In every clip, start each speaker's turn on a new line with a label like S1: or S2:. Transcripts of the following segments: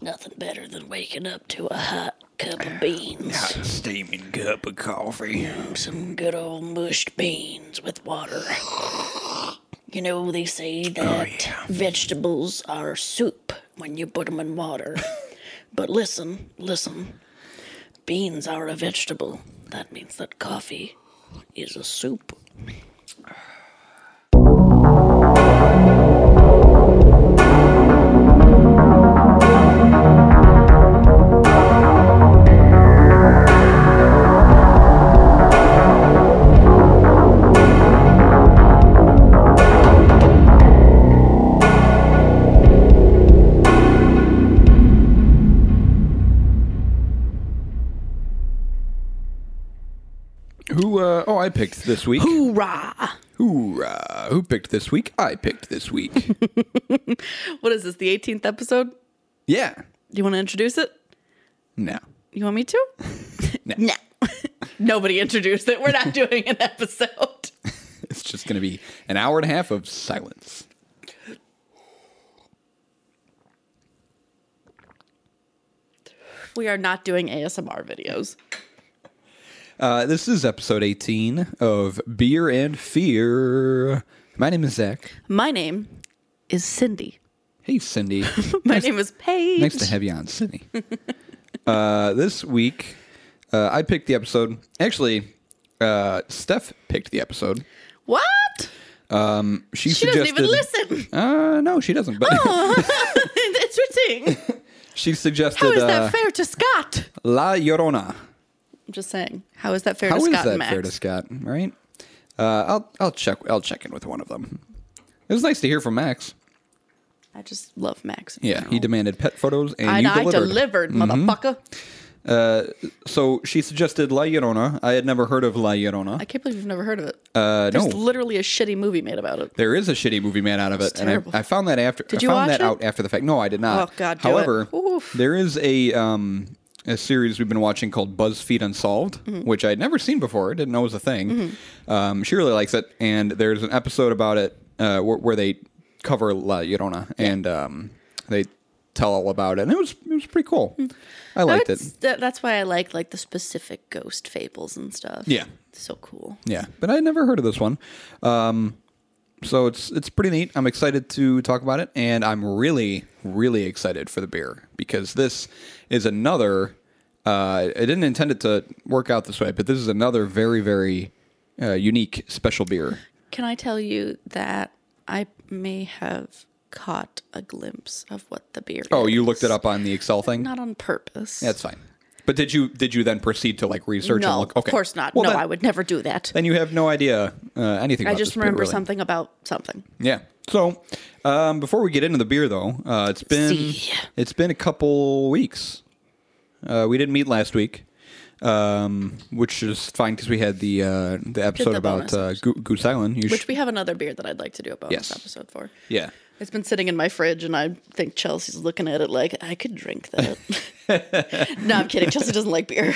S1: Nothing better than waking up to a hot cup of beans.
S2: Got a steaming cup of coffee.
S1: Some good old mushed beans with water. You know, they say that
S2: yeah.
S1: vegetables are soup when you put them in water. but listen, listen. Beans are a vegetable. That means that coffee is a soup.
S2: Who, uh, oh, I picked this week. Who?
S3: Hoorah!
S2: Hoorah. Who picked this week? I picked this week.
S3: What is this, the 18th episode? Do
S2: yeah.
S3: you want to introduce it?
S2: No.
S3: You want me to?
S2: No.
S3: Nobody introduced it. We're not doing an episode.
S2: It's just going to be an hour and a half of silence.
S3: We are not doing ASMR videos.
S2: Uh, this is episode 18 of Beer and Fear. My name is Zach.
S3: My name is Cindy.
S2: Hey, Cindy.
S3: My name is Paige.
S2: Nice to have you on, Cindy. uh, this week, uh, I picked the episode. Actually, uh, Steph picked the episode. Um,
S3: What?
S2: She,
S3: She doesn't even
S2: suggested-
S3: listen.
S2: Uh, no, she doesn't. But
S3: it's interesting.
S2: she suggested
S3: How is
S2: uh,
S3: that fair to Scott?
S2: La Llorona.
S3: I'm just saying. How is that fair
S2: How
S3: to
S2: is
S3: Scott
S2: that
S3: and Max?
S2: fair to Scott? Right? Uh, I'll I'll check I'll check in with one of them. It was nice to hear from Max.
S3: I just love Max. in
S2: Yeah, he
S3: general.
S2: demanded pet photos, and
S3: And
S2: you
S3: I
S2: delivered. Mm-hmm.
S3: delivered, motherfucker.
S2: So she suggested La Llorona. I had never heard of La Llorona.
S3: I can't believe you've never heard of it.
S2: Uh,
S3: There's
S2: no,
S3: literally a shitty movie made about it.
S2: there is a shitty movie made out of it, and
S3: terrible.
S2: I, I found that after.
S3: Did
S2: I
S3: you
S2: found
S3: watch
S2: that
S3: it?
S2: out after the fact. No, I did not.
S3: Oh, God, do it.
S2: However,
S3: Oof.
S2: there is a um a series we've been watching called BuzzFeed Unsolved,
S3: Mm-hmm.
S2: which I'd never seen before. Didn't know was a thing. Um, she really likes it, and there's an episode about it uh, where, where they cover La Llorona, and um, they tell all about it, and it was it was pretty cool. I liked it.
S3: Mm-hmm. That's- that- that's why I like like the specific ghost fables and stuff.
S2: Yeah.
S3: so cool.
S2: Yeah, but I never heard of this one. Um, so it's it's pretty neat. I'm excited to talk about it, and I'm really really excited for the beer because this is another. Uh, I didn't intend it to work out this way, but this is another very very uh, unique special beer.
S3: Can I tell you that I may have caught a glimpse of what the beer?
S2: Oh, you
S3: is.
S2: looked it up on the Excel thing.
S3: Not on purpose.
S2: That's fine. But did you did you then proceed to like research? and
S3: no,
S2: look?
S3: of course not.
S2: Well,
S3: no,
S2: then,
S3: I would never do that.
S2: Then you have no idea uh, anything.
S3: I
S2: about
S3: just
S2: this beer,
S3: remember
S2: really.
S3: something about something.
S2: Yeah. So, um, before we get into the beer, though, uh, it's been
S1: See.
S2: it's been a couple weeks. Uh, we didn't meet last week, um, which is fine because we had the uh, the episode
S3: the
S2: about
S3: bonus
S2: uh, Go- Goose Island. You
S3: Which
S2: sh-
S3: we have another beer that I'd like to do a bonus
S2: Yes.
S3: episode for.
S2: yeah.
S3: It's been sitting in my fridge, and I think Chelsea's looking at it like I could drink that. no, I'm kidding. Chelsea doesn't like beer.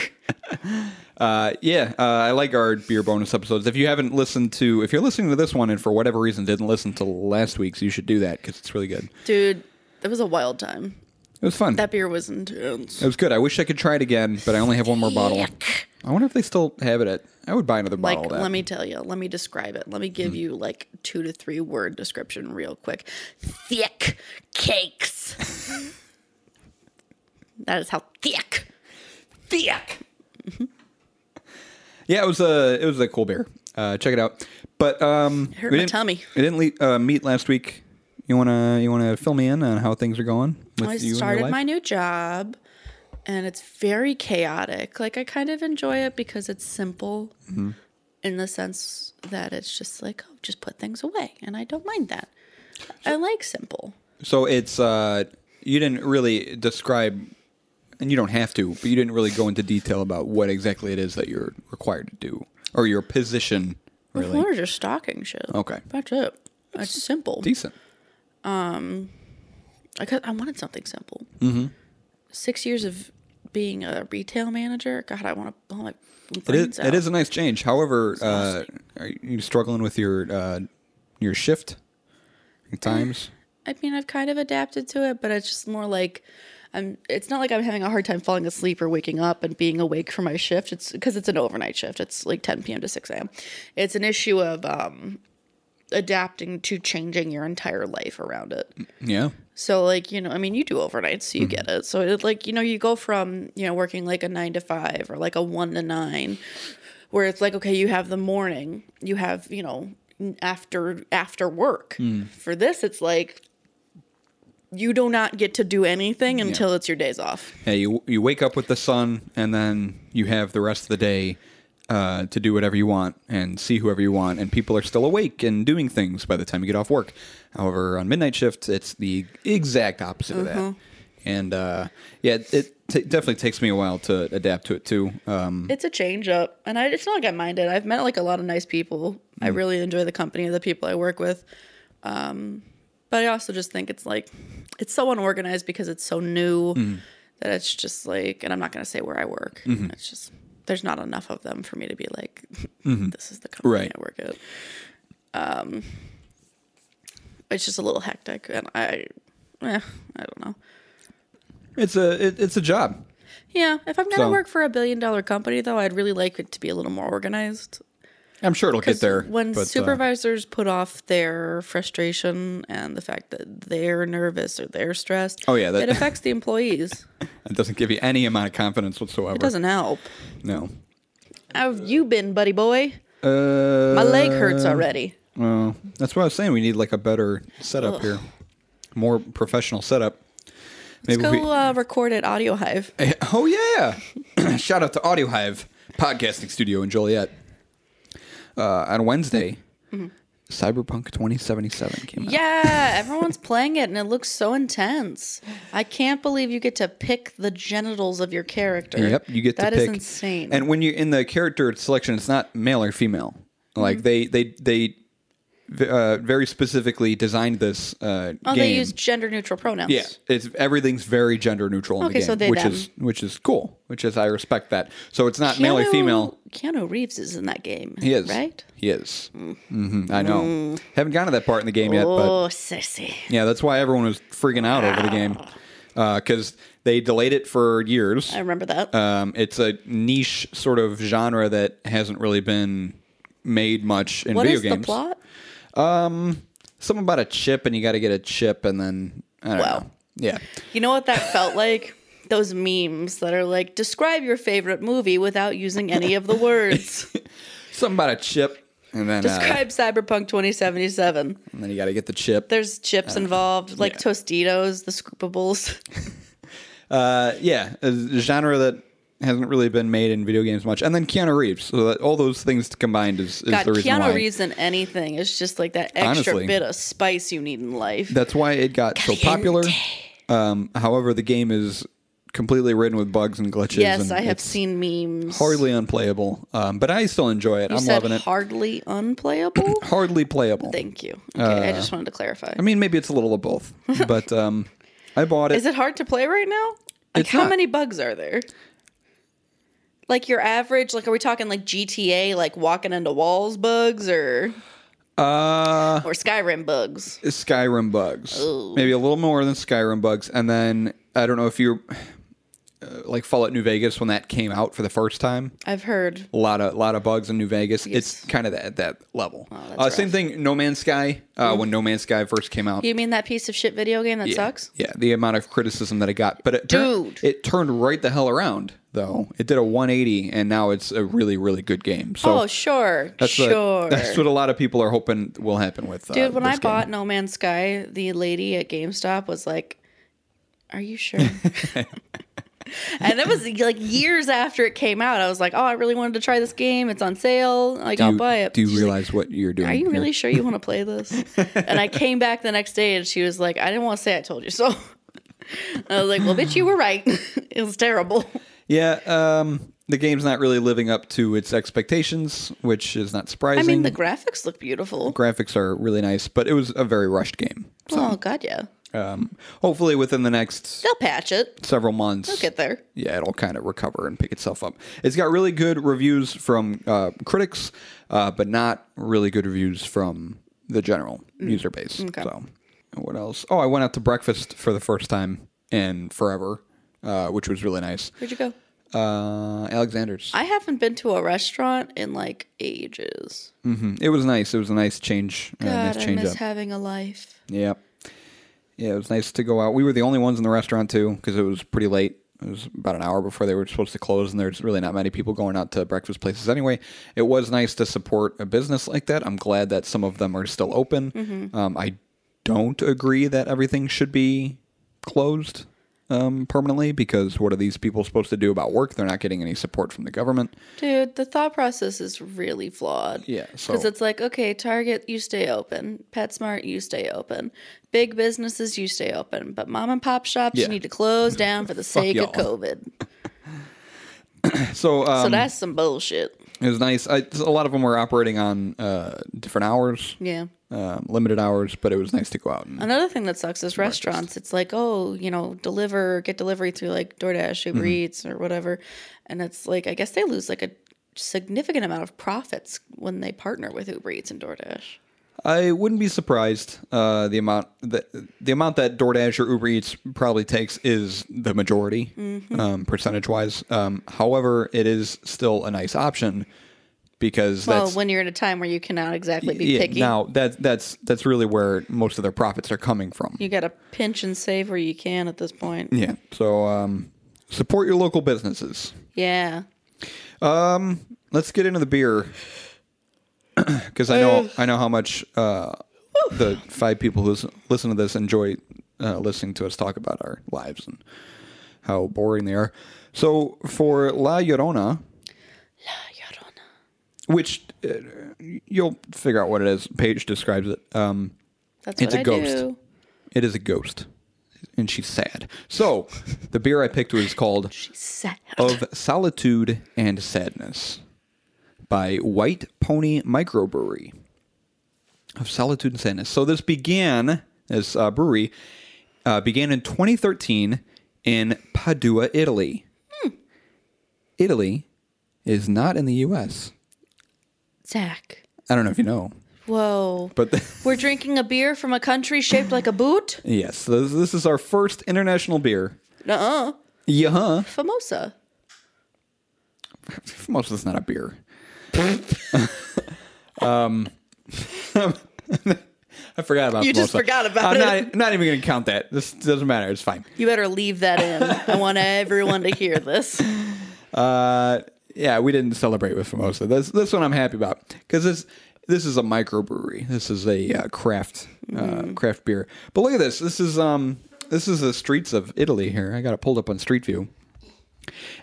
S2: Uh, yeah, uh, I like our beer bonus episodes. If you haven't listened to, if you're listening to this one and for whatever reason didn't listen to last week's, you should do that because it's really good.
S3: Dude, it was a wild time.
S2: It was fun.
S3: That beer was intense.
S2: it was good. I wish I could try it again, but I only have one more bottle. I wonder if they still have it. At I would buy another
S3: Like,
S2: bottle. of that.
S3: let me tell you, let me describe it. Let me
S2: Hmm.
S3: give you like two to three word description real quick.
S1: Thick cakes.
S3: That is how thick.
S1: Thick.
S2: Yeah, it was a it was a cool beer. Uh, check it out. But um,
S3: hurt
S2: we
S3: my
S2: didn't-
S3: tummy.
S2: We didn't le- uh, meet last week. You wanna you wanna fill me in on how things are going with
S3: I
S2: you and your
S3: started
S2: life?
S3: my new job and it's very chaotic. Like, I kind of enjoy it because it's simple
S2: Mm-hmm.
S3: in the sense that it's just like, oh, just put things away. And I don't mind that. I like simple.
S2: So it's uh, you didn't really describe, and you don't have to, but you didn't really go into detail about what exactly it is that you're required to do or your position. Really
S3: We're just stocking shit.
S2: Okay.
S3: That's it. It's simple.
S2: decent.
S3: I, could, I wanted something simple.
S2: Mm-hmm.
S3: Six years of being a retail manager. God, I want to. my
S2: It
S3: brains
S2: is,
S3: out.
S2: it is a nice change. However, uh, are you struggling with your uh, your shift, your times?
S3: I mean, I've kind of adapted to it, but it's just more like I'm. It's not like I'm having a hard time falling asleep or waking up and being awake for my shift. It's because it's an overnight shift. It's like 10 p.m. to 6 a.m. It's an issue of um, adapting to changing your entire life around it.
S2: Yeah.
S3: So like, you know, I mean, you do overnights, so you get it. So it like, you know, you go from, you know, working like a 9 to 5 or like a 1 to 9 where it's like, okay, you have the morning, you have, you know, after after work. For this, it's like you do not get to do anything until it's your days off.
S2: Hey, you you wake up with the sun, and then you have the rest of the day uh, to do whatever you want and see whoever you want, and people are still awake and doing things by the time you get off work. However, on midnight shift, it's the exact opposite of that.
S3: Mm-hmm.
S2: And uh, yeah, it, it t- definitely takes me a while to adapt to it too. Um,
S3: It's a change up, and I, it's not like I mind it. I've met like a lot of nice people. I
S2: Mm.
S3: really enjoy the company of the people I work with, um, but I also just think it's like it's so unorganized because it's so new
S2: Mm-hmm.
S3: that it's just like, and I'm not gonna say where I work. It's just there's not enough of them for me to be like, this is the company
S2: Mm-hmm. Right.
S3: I work at. Um, it's just a little hectic, and I, eh, I don't know.
S2: it's a it, it's a job.
S3: Yeah, if I'm gonna
S2: So-
S3: work for a billion dollar company though, I'd really like it to be a little more organized.
S2: I'm sure it'll get
S3: 'Cause
S2: there.
S3: When
S2: but, uh,
S3: supervisors put off their frustration and the fact that they're nervous or they're stressed,
S2: Oh, yeah, that-
S3: that, it affects the employees.
S2: it doesn't give you any amount of confidence whatsoever.
S3: It doesn't help.
S2: No.
S3: How have you been, buddy boy?
S2: Uh,
S3: My leg hurts already.
S2: Well, that's what I was saying. We need like a better setup here, more professional setup. Maybe
S3: Let's go
S2: we.
S3: uh, record at Audio Hive.
S2: Eh, oh yeah! Shout out to Audio Hive podcasting studio in Joliet. Uh, on Wednesday,
S3: Mm-hmm.
S2: Cyberpunk 2077 came out.
S3: Yeah, everyone's playing it and it looks so intense. I can't believe you get to pick the genitals of your character.
S2: Yep, you get
S3: That
S2: to
S3: is
S2: pick.
S3: insane.
S2: And when you're in the character selection, it's not male or female.
S3: Mm-hmm.
S2: Like they they they v- uh, very specifically designed this uh,
S3: oh,
S2: game.
S3: they use gender neutral pronouns.
S2: Yeah, it's everything's very gender neutral in the
S3: Okay,
S2: game,
S3: so they
S2: which
S3: them.
S2: is which is cool. Which is I respect that. So it's not male or female.
S3: Keanu Reeves is in that game.
S2: He is
S3: right. Mm.
S2: He is. hmm I know. Haven't gotten to that part in the game yet, but
S3: Oh, sissy.
S2: yeah, that's why everyone was freaking out over the game because they delayed it for years.
S3: I remember that.
S2: Um, it's a niche sort of genre that hasn't really been made much in
S3: what
S2: video
S3: is
S2: games.
S3: the plot?
S2: Something about a chip, and you got to get a chip, and then I don't
S3: Wow.
S2: know. Yeah.
S3: You know what that felt like? Those memes that are like, describe your favorite movie without using any of the words.
S2: Something about a chip, and then uh,
S3: describe Cyberpunk 2077.
S2: And then you got to get the chip.
S3: There's chips involved, like
S2: Uh, Yeah.
S3: Tostitos, the Scoopables.
S2: Uh, yeah, a genre that hasn't really been made in video games much. And then Keanu Reeves. So that all those things combined is, is
S3: God,
S2: the reason
S3: Keanu
S2: why.
S3: Reeves in anything is just like that extra
S2: Honestly.
S3: bit of spice you need in life.
S2: That's why it got so popular. Um, however, the game is completely ridden with bugs and glitches.
S3: yes,
S2: and
S3: I have
S2: it's
S3: seen memes.
S2: Hardly unplayable, um, but I still enjoy it.
S3: you
S2: I'm
S3: said
S2: loving it.
S3: hardly unplayable.
S2: Hardly playable.
S3: Thank you. Okay,
S2: Uh,
S3: I just wanted to clarify.
S2: I mean, maybe it's a little of both, but um, I bought it.
S3: Is it hard to play right now? Like,
S2: It's
S3: how
S2: not.
S3: many bugs are there? Like your average, like are we talking like GTA, like walking into walls bugs, or
S2: uh,
S3: or Skyrim bugs?
S2: Skyrim bugs. Maybe a little more than Skyrim bugs. And then I don't know if you uh, like Fallout New Vegas when that came out for the first time.
S3: I've heard.
S2: A lot of lot of bugs in New Vegas. It's kind of at that level.
S3: that's Mm-hmm.
S2: uh, same thing. No Man's Sky. Uh, When No Man's Sky first came out,
S3: You mean that piece of shit video game that
S2: yeah,
S3: sucks?
S2: Yeah, the amount of criticism that it got, but it tur-
S3: Dude.
S2: it turned right the hell around. Though it did a 180, and now it's a really really good game. So
S3: oh sure,
S2: that's what-
S3: sure.
S2: that's what a lot of people are hoping will happen with. uh,
S3: Dude, when I
S2: this game.
S3: bought No Man's Sky, the lady at GameStop was like, Are you sure? and it was like years after it came out. I was like, Oh, I really wanted to try this game. It's on sale. Like,
S2: do
S3: I'll
S2: you,
S3: buy it.
S2: do you
S3: She's like,
S2: realize what you're doing?
S3: Are you
S2: here?
S3: really sure you want to play this? and I came back the next day and she was like, I didn't want to say I told you so. I was like, Well, bitch, you were right. it was terrible.
S2: Yeah, um, the game's not really living up to its expectations, which is not surprising.
S3: I mean, the graphics look beautiful.
S2: graphics are really nice, but it was a very rushed game.
S3: Oh, God, yeah.
S2: Um, hopefully, within the next
S3: They'll patch it.
S2: several months,
S3: They'll get there.
S2: yeah, it'll kind of recover and pick itself up. It's got really good reviews from uh, critics,
S3: Mm.
S2: uh, but not really good reviews from the general user base. So And what else? Oh, I went out to breakfast for the first time in forever, uh, which was really nice.
S3: Where'd you go?
S2: Uh, Alexander's.
S3: I haven't been to a restaurant in like ages.
S2: hmm It was nice. It was a nice change. uh,
S3: God,
S2: nice
S3: I
S2: change
S3: miss
S2: up.
S3: having a life.
S2: Yeah. Yeah, it was nice to go out. We were the only ones in the restaurant too because it was pretty late. It was about an hour before they were supposed to close, and there's really not many people going out to breakfast places anyway. It was nice to support a business like that. I'm glad that some of them are still open.
S3: Mm-hmm.
S2: Um, I don't agree that everything should be closed um, permanently because what are these people supposed to do about work? They're not getting any support from the government.
S3: Dude, the thought process is really flawed.
S2: Yeah, so-
S3: Because it's like, okay, Target, you stay open. PetSmart, you stay open. Big businesses, you stay open. But mom and pop shops,
S2: Yeah.
S3: you need to close down for the sake of
S2: y'all.
S3: COVID.
S2: So, um,
S3: so that's some bullshit.
S2: it was nice. I, a lot of them were operating on uh, different hours.
S3: Yeah.
S2: um, limited hours, but it was nice to go out. And,
S3: Another thing that sucks is restaurants. It's like, oh, you know, deliver, get delivery through like DoorDash,
S2: Mm-hmm.
S3: Uber Eats, or whatever. And it's like, I guess they lose like a significant amount of profits when they partner with Uber Eats and DoorDash.
S2: I wouldn't be surprised. Uh, the amount that the amount that DoorDash or Uber Eats probably takes is the majority,
S3: Mm-hmm.
S2: um, percentage wise. Um, however, it is still a nice option because
S3: Well,
S2: that's
S3: when you're in a time where you cannot exactly be
S2: yeah,
S3: picky,
S2: Now that that's that's really where most of their profits are coming from.
S3: you got to pinch and save where you can at this point.
S2: yeah. So um, support your local businesses.
S3: Yeah.
S2: Let's get into the beer because I know I know how much uh, the five people who listen- listen to this enjoy uh, listening to us talk about our lives and how boring they are. So for La Llorona, which uh, you'll figure out what it is. Paige describes it. Um,
S3: That's
S2: It's
S3: what
S2: a
S3: I
S2: ghost.
S3: do.
S2: it is a ghost, and she's sad. So the beer I picked was called
S3: Sad.
S2: "Of Solitude and Sadness" by White Pony Microbrewery. of Solitude and Sadness. So this began this uh, brewery uh, began in 2013 in Padua, Italy. Italy is not in the U.S.
S3: Zach.
S2: I don't know if you know,
S3: Whoa.
S2: but
S3: We're drinking a beer from a country shaped like a boot?
S2: yes, this, this is our first international beer.
S3: Nuh-uh.
S2: Yeah, huh?
S3: Famosa.
S2: most of it's not a beer. um, I forgot about
S3: You just
S2: Formosa.
S3: forgot about
S2: I'm
S3: it.
S2: Not, e-, not even going to count that. This doesn't matter. It's fine.
S3: You better leave that in. I want everyone to hear this.
S2: Uh, yeah, we didn't celebrate with Formosa. This this one I'm happy about because this this is a microbrewery. This is a uh, craft uh, craft beer. But look at this. This is um this is the streets of Italy here. I got it pulled up on Street View,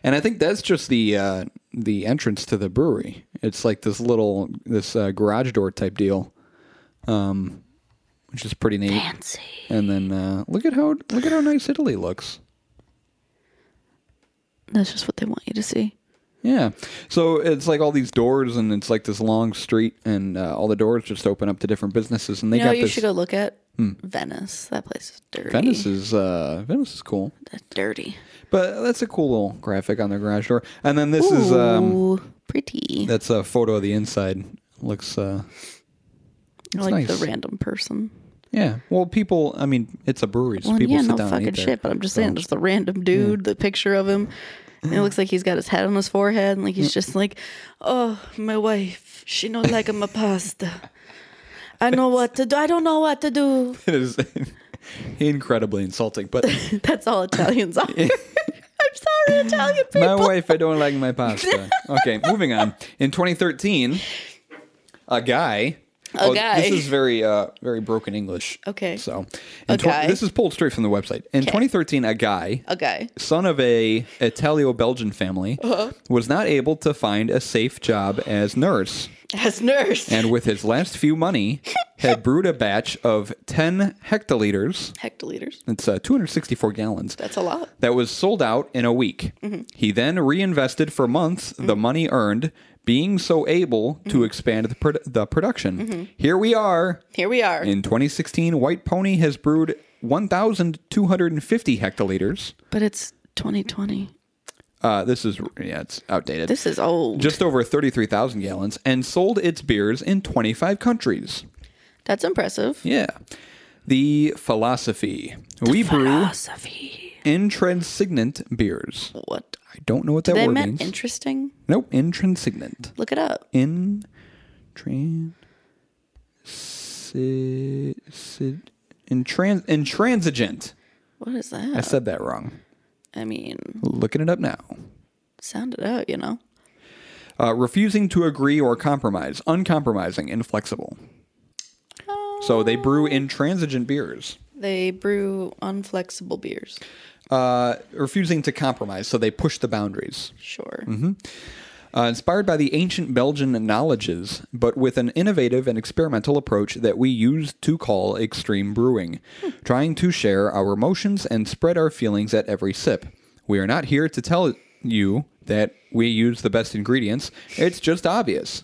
S2: and I think that's just the uh, the entrance to the brewery. It's like this little this uh, garage door type deal, um, which is pretty neat.
S3: Fancy.
S2: And then uh, look at how look at how nice Italy looks.
S3: That's just what they want you to see.
S2: Yeah. So it's like all these doors, and it's like this long street, and uh, all the doors just open up to different businesses, and they
S3: You know
S2: got
S3: what you
S2: this. Hmm.
S3: should go look at? Venice. That place is dirty.
S2: Venice is uh, Venice is cool,
S3: That's dirty.
S2: but that's a cool little graphic on their garage door. And then this is um,
S3: Ooh, pretty.
S2: that's a photo of the inside. Looks uh,
S3: I like
S2: nice.
S3: the random person.
S2: yeah. Well, people. I mean, it's a brewery, so
S3: Well,
S2: people
S3: yeah,
S2: sit
S3: no
S2: down
S3: fucking
S2: and eat
S3: shit. But
S2: there.
S3: I'm just saying, just the random dude, the picture of him. and it looks like he's got his head on his forehead, and like he's just like, "Oh, my wife, she not like my pasta. I know what to do. I don't know what to do."
S2: it is incredibly insulting. But
S3: That's all Italians are. I'm sorry, Italian people.
S2: my wife, I don't like my pasta. Okay, moving on. In 2013, a guy. A
S3: guy.
S2: This is very, uh, very broken English.
S3: Okay.
S2: So, in
S3: A
S2: tw-
S3: guy.
S2: this is pulled straight from the website. In 2013, a guy,
S3: Okay.
S2: son of a Italo-Belgian family,
S3: Uh-huh.
S2: was not able to find a safe job as nurse,
S3: As nurse.
S2: and with his last few money, had brewed a batch of 10 hectoliters.
S3: Hectoliters.
S2: It's uh, 264 gallons
S3: That's a lot.
S2: that was sold out in a week.
S3: Mm-hmm.
S2: He then reinvested for months the money earned, being so able
S3: Mm-hmm.
S2: to expand the, produ- the production. Here we are.
S3: Here we are.
S2: In 2016, White Pony has brewed 1,250 hectoliters.
S3: But it's 2020.
S2: Uh, this is, yeah, it's outdated.
S3: This is old.
S2: just over 33,000 gallons and sold its beers in 25 countries.
S3: That's impressive.
S2: Yeah. The philosophy. we brew
S3: Philosophy.
S2: intransignant beers.
S3: What?
S2: I don't know what that
S3: They
S2: word
S3: meant
S2: means.
S3: interesting.
S2: nope, intransignant.
S3: Look it up.
S2: In tran si, si, intrans, intransigent.
S3: What is
S2: I
S3: that?
S2: said that wrong.
S3: I mean,
S2: Looking it up now.
S3: sound it out, you know?
S2: Uh, refusing to agree or compromise, uncompromising, inflexible. So they brew intransigent beers,
S3: They brew unflexible beers.
S2: uh, refusing to compromise. So they push the boundaries.
S3: Sure.
S2: Uh, inspired by the ancient Belgian knowledges, but with an innovative and experimental approach that we use to call extreme brewing, trying to share our emotions and spread our feelings at every sip. We are not here to tell you that we use the best ingredients, it's just obvious.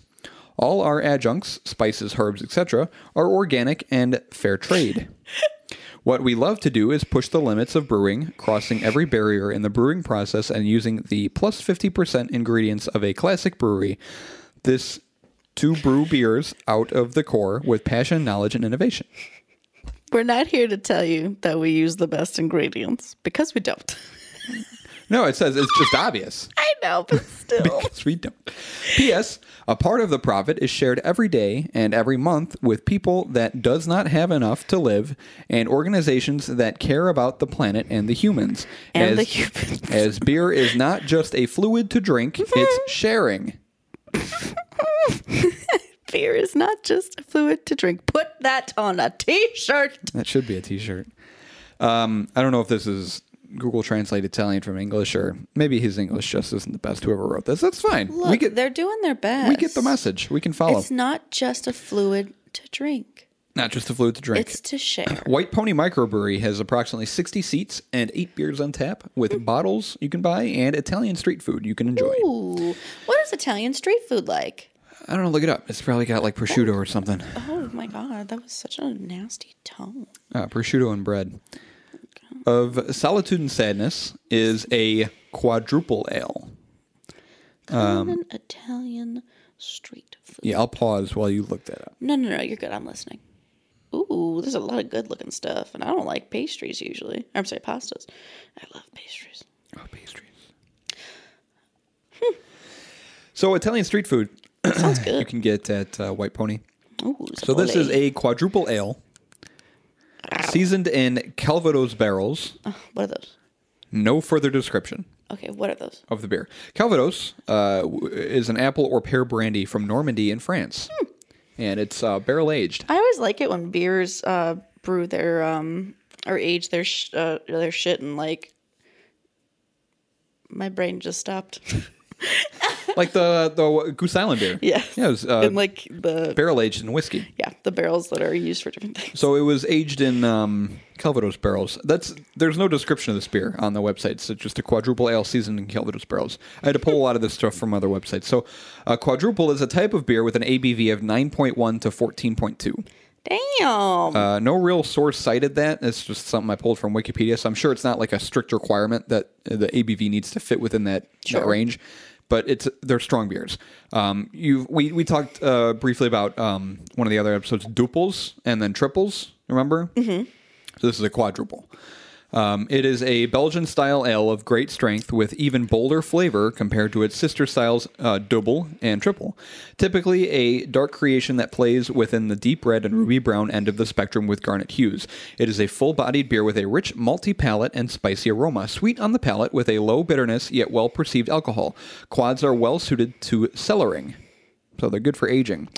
S2: All our adjuncts, spices, herbs, etc., are organic and fair trade. What we love to do is push the limits of brewing, crossing every barrier in the brewing process and using the plus 50% ingredients of a classic brewery. This to brew beers out of the core with passion, knowledge, and innovation.
S3: We're not here to tell you that we use the best ingredients because we don't.
S2: No, it says it's just obvious.
S3: I know, but still.
S2: Because we don't. P.S. A part of the profit is shared every day and every month with people that does not have enough to live and organizations that care about the planet and the humans.
S3: And the humans.
S2: As beer is not just a fluid to drink, it's sharing.
S3: Beer is not just a fluid to drink. Put that on a t shirt.
S2: That should be a T-shirt. Um, I don't know if this is Google Translate Italian from English or maybe his English just isn't the best. Whoever wrote this, that's fine.
S3: Look,
S2: we get
S3: they're doing their best.
S2: we get the message. We can follow.
S3: It's not just a fluid to drink,
S2: not just a fluid to drink.
S3: it's to share.
S2: White Pony Microbrewery has approximately 60 seats and eight beers on tap, with bottles you can buy and Italian street food you can enjoy.
S3: Ooh. What is Italian street food like?
S2: I don't know, look it up. It's probably got like prosciutto or something.
S3: Oh my God, that was such a nasty tone.
S2: Uh, prosciutto and bread. Of Solitude and Sadness is a quadruple ale. Um,
S3: Common Italian street food.
S2: Yeah, I'll pause while you look that up.
S3: No, no, no, you're good. I'm listening. Ooh, there's a lot of good looking stuff, and I don't like pastries usually. I'm sorry, pastas. I love pastries.
S2: Oh, pastries. so, Italian street food
S3: Sounds
S2: you
S3: good.
S2: can get at uh, White Pony.
S3: Ooh,
S2: So this is
S3: Zapole.
S2: a quadruple ale, seasoned in Calvados barrels.
S3: What are those?
S2: No further description
S3: Okay, what are those?
S2: of the beer. Calvados uh, w- is an apple or pear brandy from Normandy in France, and it's uh, barrel aged.
S3: I always like it when beers uh, brew their um or age their sh- uh, their shit and like my brain just stopped.
S2: like the the Goose Island beer.
S3: Yes.
S2: yeah, it was uh,
S3: and like the
S2: barrel aged in whiskey.
S3: yeah the barrels that are used for different things.
S2: So it was aged in um, Calvados barrels. That's there's no description of this beer on the website. It's just a quadruple ale seasoned in Calvados barrels. I had to pull a lot of this stuff from other websites. So a quadruple is a type of beer with an ABV of 9.1 to 14.2.
S3: Damn.
S2: Uh, no real source cited that. It's just something I pulled from Wikipedia. So I'm sure it's not like a strict requirement that uh, the ABV needs to fit within that, that range. But it's they're strong beers. Um, you we we talked uh, briefly about um, one of the other episodes, duples and then triples. Remember? Mm-hmm. So this is a quadruple. Um, it is a Belgian style ale of great strength with even bolder flavor compared to its sister styles uh, double and triple. Typically, a dark creation that plays within the deep red and ruby brown end of the spectrum with garnet hues. It is a full bodied beer with a rich, malty palate and spicy aroma, sweet on the palate with a low bitterness yet well perceived alcohol. Quads are well suited to cellaring, so they're good for aging.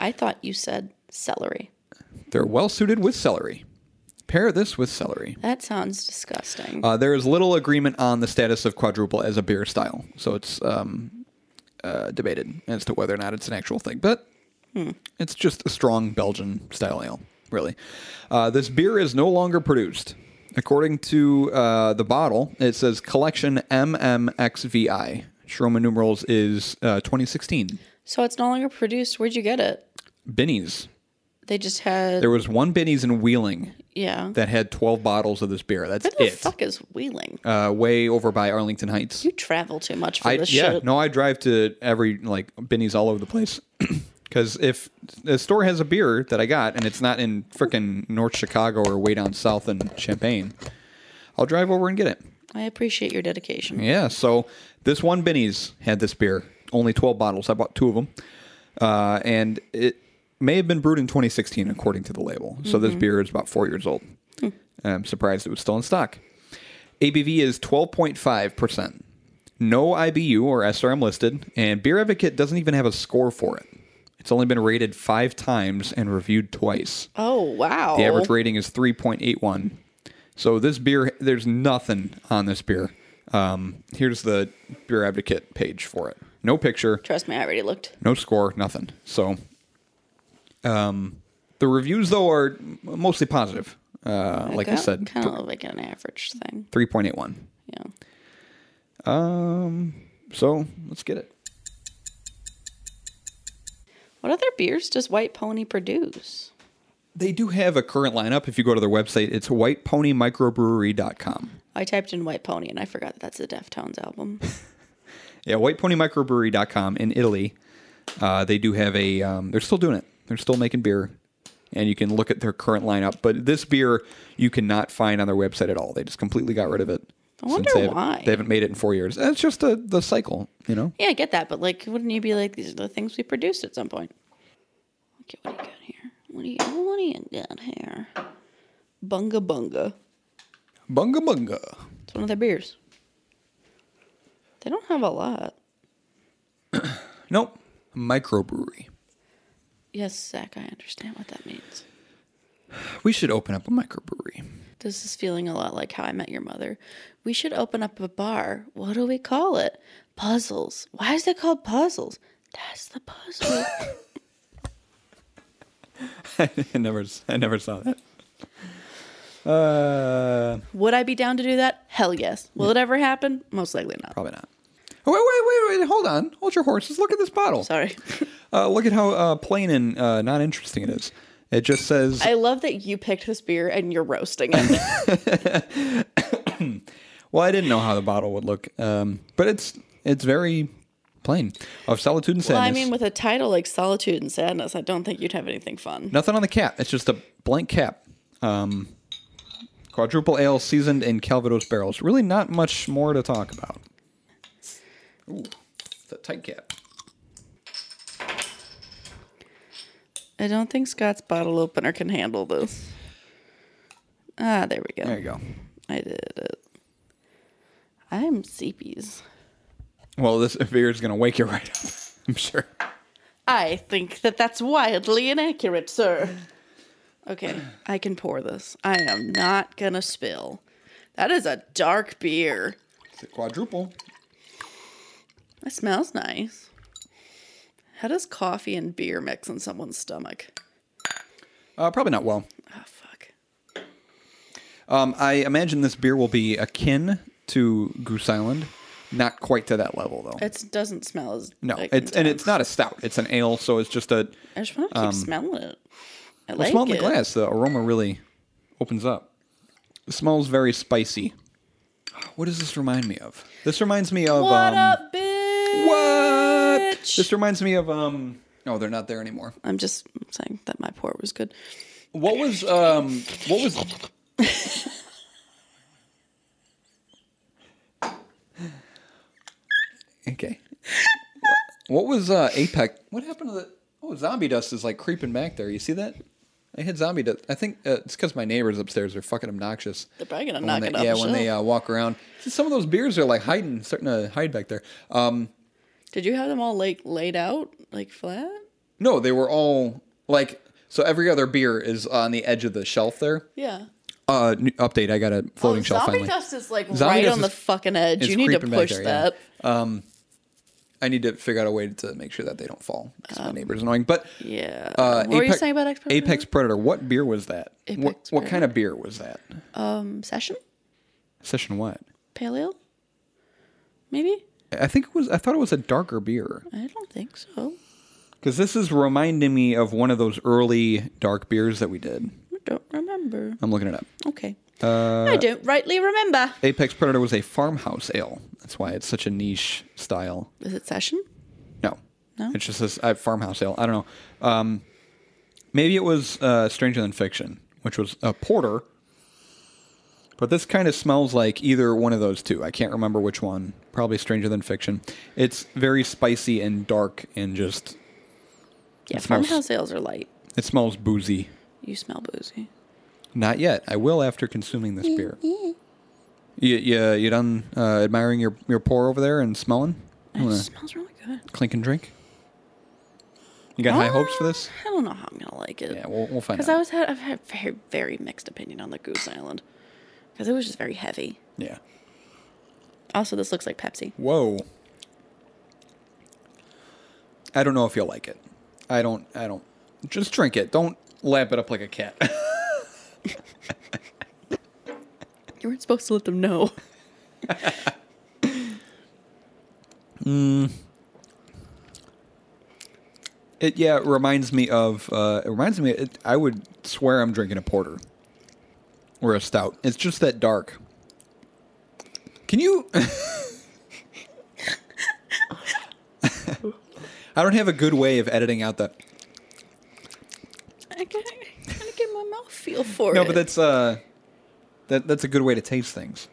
S3: I thought you said celery.
S2: They're well suited with celery. Pair this with celery.
S3: That sounds disgusting.
S2: Uh, there is little agreement on the status of quadruple as a beer style, so it's um, uh, debated as to whether or not it's an actual thing. But
S3: Hmm.
S2: it's just a strong Belgian style ale, really. Uh, this beer is no longer produced. According to uh, the bottle, it says collection MMXVI. Roman numerals is uh, 2016.
S3: so it's no longer produced. Where'd you get it?
S2: Binnie's.
S3: They just had
S2: There was one Binnie's in Wheeling
S3: yeah.
S2: that had 12 bottles of this beer. That's
S3: Where the
S2: it.
S3: fuck is Wheeling?
S2: Uh, way over by Arlington Heights.
S3: You travel too much for
S2: I
S3: this
S2: yeah
S3: shit.
S2: no I drive to every like Benny's all over the place Because if a store has a beer that I got and it's not in frickin' North Chicago or way down south in Champaign, I'll drive over and get it.
S3: I appreciate your dedication.
S2: Yeah. So this one Benny's had this beer, only 12 bottles. I bought two of them. Uh, and it may have been brewed in 2016, according to the label. So this beer is about four years old. I'm surprised it was still in stock. ABV is 12.5%. No IBU or SRM listed. And Beer Advocate doesn't even have a score for it. It's only been rated five times and reviewed twice.
S3: Oh wow.
S2: The average rating is 3.81. So this beer, there's nothing on this beer. Um, here's the beer advocate page for it. No picture,
S3: Trust me, I already looked.
S2: no score, nothing. So, um, the reviews though are mostly positive. Uh, like I said,
S3: kind of like an average thing.
S2: 3.81.
S3: Yeah.
S2: Um, so let's get it.
S3: What other beers does White Pony produce?
S2: They do have a current lineup. If you go to their website, it's whiteponymicrobrewery.com.
S3: I typed in White Pony and I forgot that that's a Deftones album.
S2: Yeah, whiteponymicrobrewery.com in Italy. Uh, they do have a, um, they're still doing it. They're still making beer. And you can look at their current lineup. But this beer you cannot find on their website at all. They just completely got rid of it.
S3: I wonder
S2: they haven't-
S3: why.
S2: They haven't made it in four years. That's just the, the cycle, you know?
S3: yeah, I get that, but like, wouldn't you be like, these are the things we produced at some point? Okay, what do you got here? What do you What do you got here? Bunga Bunga.
S2: Bunga bunga.
S3: It's one of their beers. They don't have a lot.
S2: Nope. Microbrewery.
S3: Yes, Zach, I understand what that means.
S2: We should open up a microbrewery.
S3: This is feeling a lot like how I met your mother. We should open up a bar. What do we call it? Puzzles. Why is it called puzzles? That's the puzzle.
S2: I never I never saw that. Uh,
S3: Would I be down to do that? Hell yes. Will it ever happen? Most likely not.
S2: probably not. Wait, wait, wait, wait. Hold on. Hold your horses. Look at this bottle.
S3: Sorry.
S2: Uh, look at how uh, plain and uh, not interesting it is. It just says
S3: I love that you picked this beer and you're roasting it.
S2: Well, I didn't know how the bottle would look, um, but it's it's very plain of solitude and
S3: well,
S2: sadness.
S3: I mean, with a title like Solitude and Sadness, I don't think you'd have anything fun.
S2: Nothing on the cap. It's just a blank cap. Um, quadruple ale seasoned in Calvados barrels. Really, not much more to talk about. Ooh, it's a tight cap.
S3: I don't think Scott's bottle opener can handle this. Ah, there we go.
S2: There you go.
S3: I did it. I'm seepies.
S2: Well, this beer is gonna wake you right up. I'm sure.
S3: I think that that's wildly inaccurate, sir. Okay, I can pour this. I am not gonna spill. That is a dark beer.
S2: It's a quadruple.
S3: It smells nice. How does coffee and beer mix in someone's stomach?
S2: Uh, probably not well.
S3: Oh, fuck.
S2: Um, I imagine this beer will be akin to Goose Island, not quite to that level though.
S3: It doesn't smell as.
S2: No,
S3: like,
S2: it's and it's
S3: intense.
S2: not a stout. It's an ale, so it's just a
S3: I just want to keep smelling it. I like
S2: smell in
S3: it.
S2: the glass. The aroma really opens up. It smells very spicy. What does this remind me of? This reminds me of
S3: What
S2: um,
S3: up, bitch?
S2: what?
S3: bitch?
S2: This reminds me of um. No, they're not there anymore.
S3: I'm just saying that my pour was good.
S2: What was um? What was? okay. What was uh Apex? What happened to the? Oh, zombie dust is like creeping back there. You see that? I had zombie dust. I think uh, it's because my neighbors upstairs are fucking obnoxious.
S3: They're probably gonna
S2: When
S3: knock
S2: they-
S3: it off
S2: Yeah,
S3: the
S2: when they
S3: shelf.
S2: uh, walk around, See, some of those beers are like hiding, starting to hide back there. Um,
S3: Did you have them all like laid out, like flat?
S2: no, they were all like so. Every other beer is on the edge of the shelf there.
S3: Yeah.
S2: Uh, new update. I got a floating
S3: Oh,
S2: shelf
S3: zombie
S2: finally.
S3: dust is like
S2: Zombie
S3: right
S2: dust
S3: on the
S2: is-
S3: fucking edge.
S2: is
S3: You need to
S2: creeping back
S3: push
S2: there, yeah. Uh,
S3: that.
S2: I need to figure out a way to make sure that they don't fall. 'cause my neighbor's annoying. But
S3: Yeah.
S2: uh,
S3: Oh. what were you saying about Apex? Predator?
S2: Apex Predator? What beer was that? what,
S3: Apex
S2: what kind of beer was that?
S3: Um, session
S2: Session what?
S3: pale ale, maybe.
S2: I think it was. I thought it was a darker beer
S3: I don't think so.
S2: because this is reminding me of one of those early dark beers that we did.
S3: I don't remember.
S2: I'm looking it up.
S3: Okay.
S2: Uh,
S3: I don't rightly remember.
S2: Apex Predator was a farmhouse ale. That's why it's such a niche style.
S3: Is it session?
S2: No,
S3: No?
S2: It's just this uh, farmhouse ale. I don't know. Um, maybe it was uh, Stranger Than Fiction, which was a porter. But this kind of smells like either one of those two. I can't remember which one. Probably Stranger Than Fiction. It's very spicy and dark and just
S3: Yeah,
S2: It smells-
S3: farmhouse ales are light.
S2: it smells boozy.
S3: You smell boozy.
S2: Not yet. I will after consuming this beer. You, you, you done uh, admiring your, your pour over there and smelling?
S3: It
S2: Wanna
S3: smells really good.
S2: clink and drink? You got high hopes for this?
S3: I don't know how I'm gonna like it.
S2: Yeah, we'll, we'll find out.
S3: Because Ah. I was had I've had very very mixed opinion on the Goose Island, because it was just very heavy.
S2: yeah.
S3: Also, this looks like Pepsi.
S2: Whoa. I don't know if you'll like it. I don't. I don't. Just drink it. Don't lap it up like a cat.
S3: You weren't supposed to let them know.
S2: it yeah it reminds me of. Uh, it reminds me. It, I would swear I'm drinking a porter or a stout. It's just that dark. Can you? I don't have a good way of editing out the.
S3: I kind of get my mouth feel for
S2: No,
S3: it.
S2: but that's uh, that that's a good way to taste things.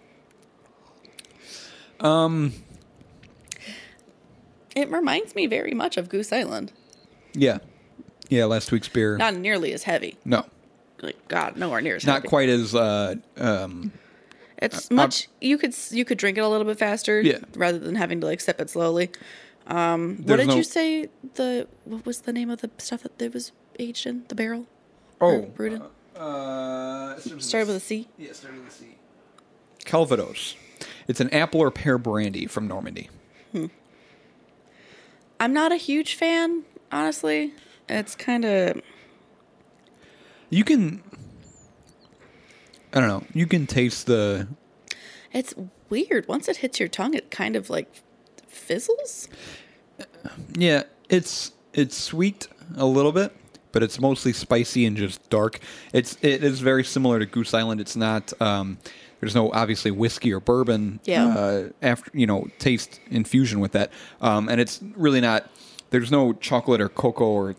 S3: it reminds me very much of Goose Island.
S2: Yeah. Yeah, last week's beer.
S3: Not nearly as heavy.
S2: no.
S3: Like God, nowhere near as
S2: Not
S3: heavy.
S2: quite as uh um
S3: It's much. you could s- you could drink it a little bit faster,
S2: Yeah.
S3: rather than having to like sip it slowly. Um, what
S2: There's
S3: did
S2: no-
S3: you say? The what was the name of the stuff that it was aged in the barrel? Or
S2: oh
S3: brewed in?
S2: uh
S3: started with a C.
S2: Yeah, started with a C. Calvados. It's an apple or pear brandy from Normandy.
S3: I'm not a huge fan, honestly. It's kind of
S2: You can I don't know. You can taste the
S3: it's weird. Once it hits your tongue, it kind of like fizzles.
S2: Yeah, it's it's sweet a little bit, but it's mostly spicy and just dark. It's it is very similar to Goose Island. It's not um, there's no obviously whiskey or bourbon
S3: Yeah.
S2: uh, after you know taste infusion with that, um, and it's really not. There's no chocolate or cocoa or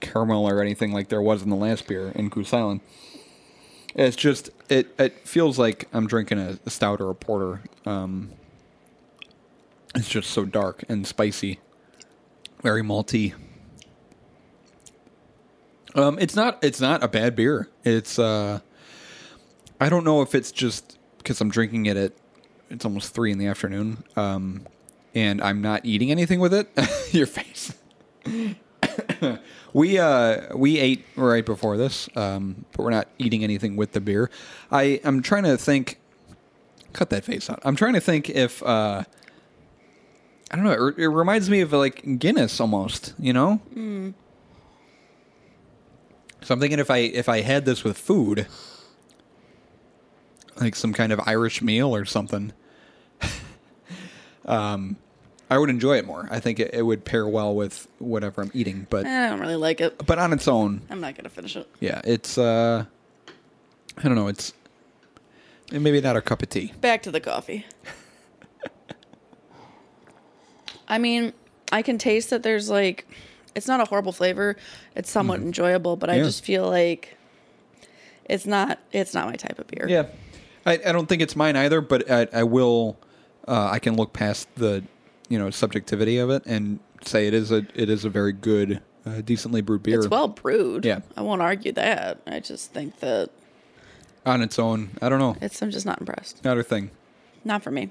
S2: caramel or anything like there was in the last beer in Goose Island. It's just it it feels like I'm drinking a, a stout or a porter. Um, it's just so dark and spicy very malty. Um, it's not it's not a bad beer. It's uh, I don't know if it's just because I'm drinking it at it's almost three in the afternoon, um, and I'm not eating anything with it. Your face. we uh we ate right before this, um, but we're not eating anything with the beer. I I'm trying to think. Cut that face out. I'm trying to think if uh, I don't know. It, re- it reminds me of like Guinness almost, you know. So I'm thinking if I if I had this with food, like some kind of Irish meal or something, um, I would enjoy it more. I think it, it would pair well with whatever I'm eating. But
S3: I don't really like it.
S2: but on its own,
S3: I'm not gonna finish it.
S2: yeah, it's uh, I don't know. It's maybe not a cup of tea.
S3: Back to the coffee. I mean, I can taste that there's like, it's not a horrible flavor. It's somewhat enjoyable, but I
S2: Mm-hmm. Yeah.
S3: just feel like it's not it's not my type of beer.
S2: Yeah, I, I don't think it's mine either, but I, I will. Uh, I can look past the you know subjectivity of it and say it is a it is a very good, uh, decently brewed beer
S3: It's well brewed.
S2: Yeah.
S3: I won't argue that. I just think that
S2: on its own. I don't know
S3: it's I'm just not impressed.
S2: another thing.
S3: Not for me.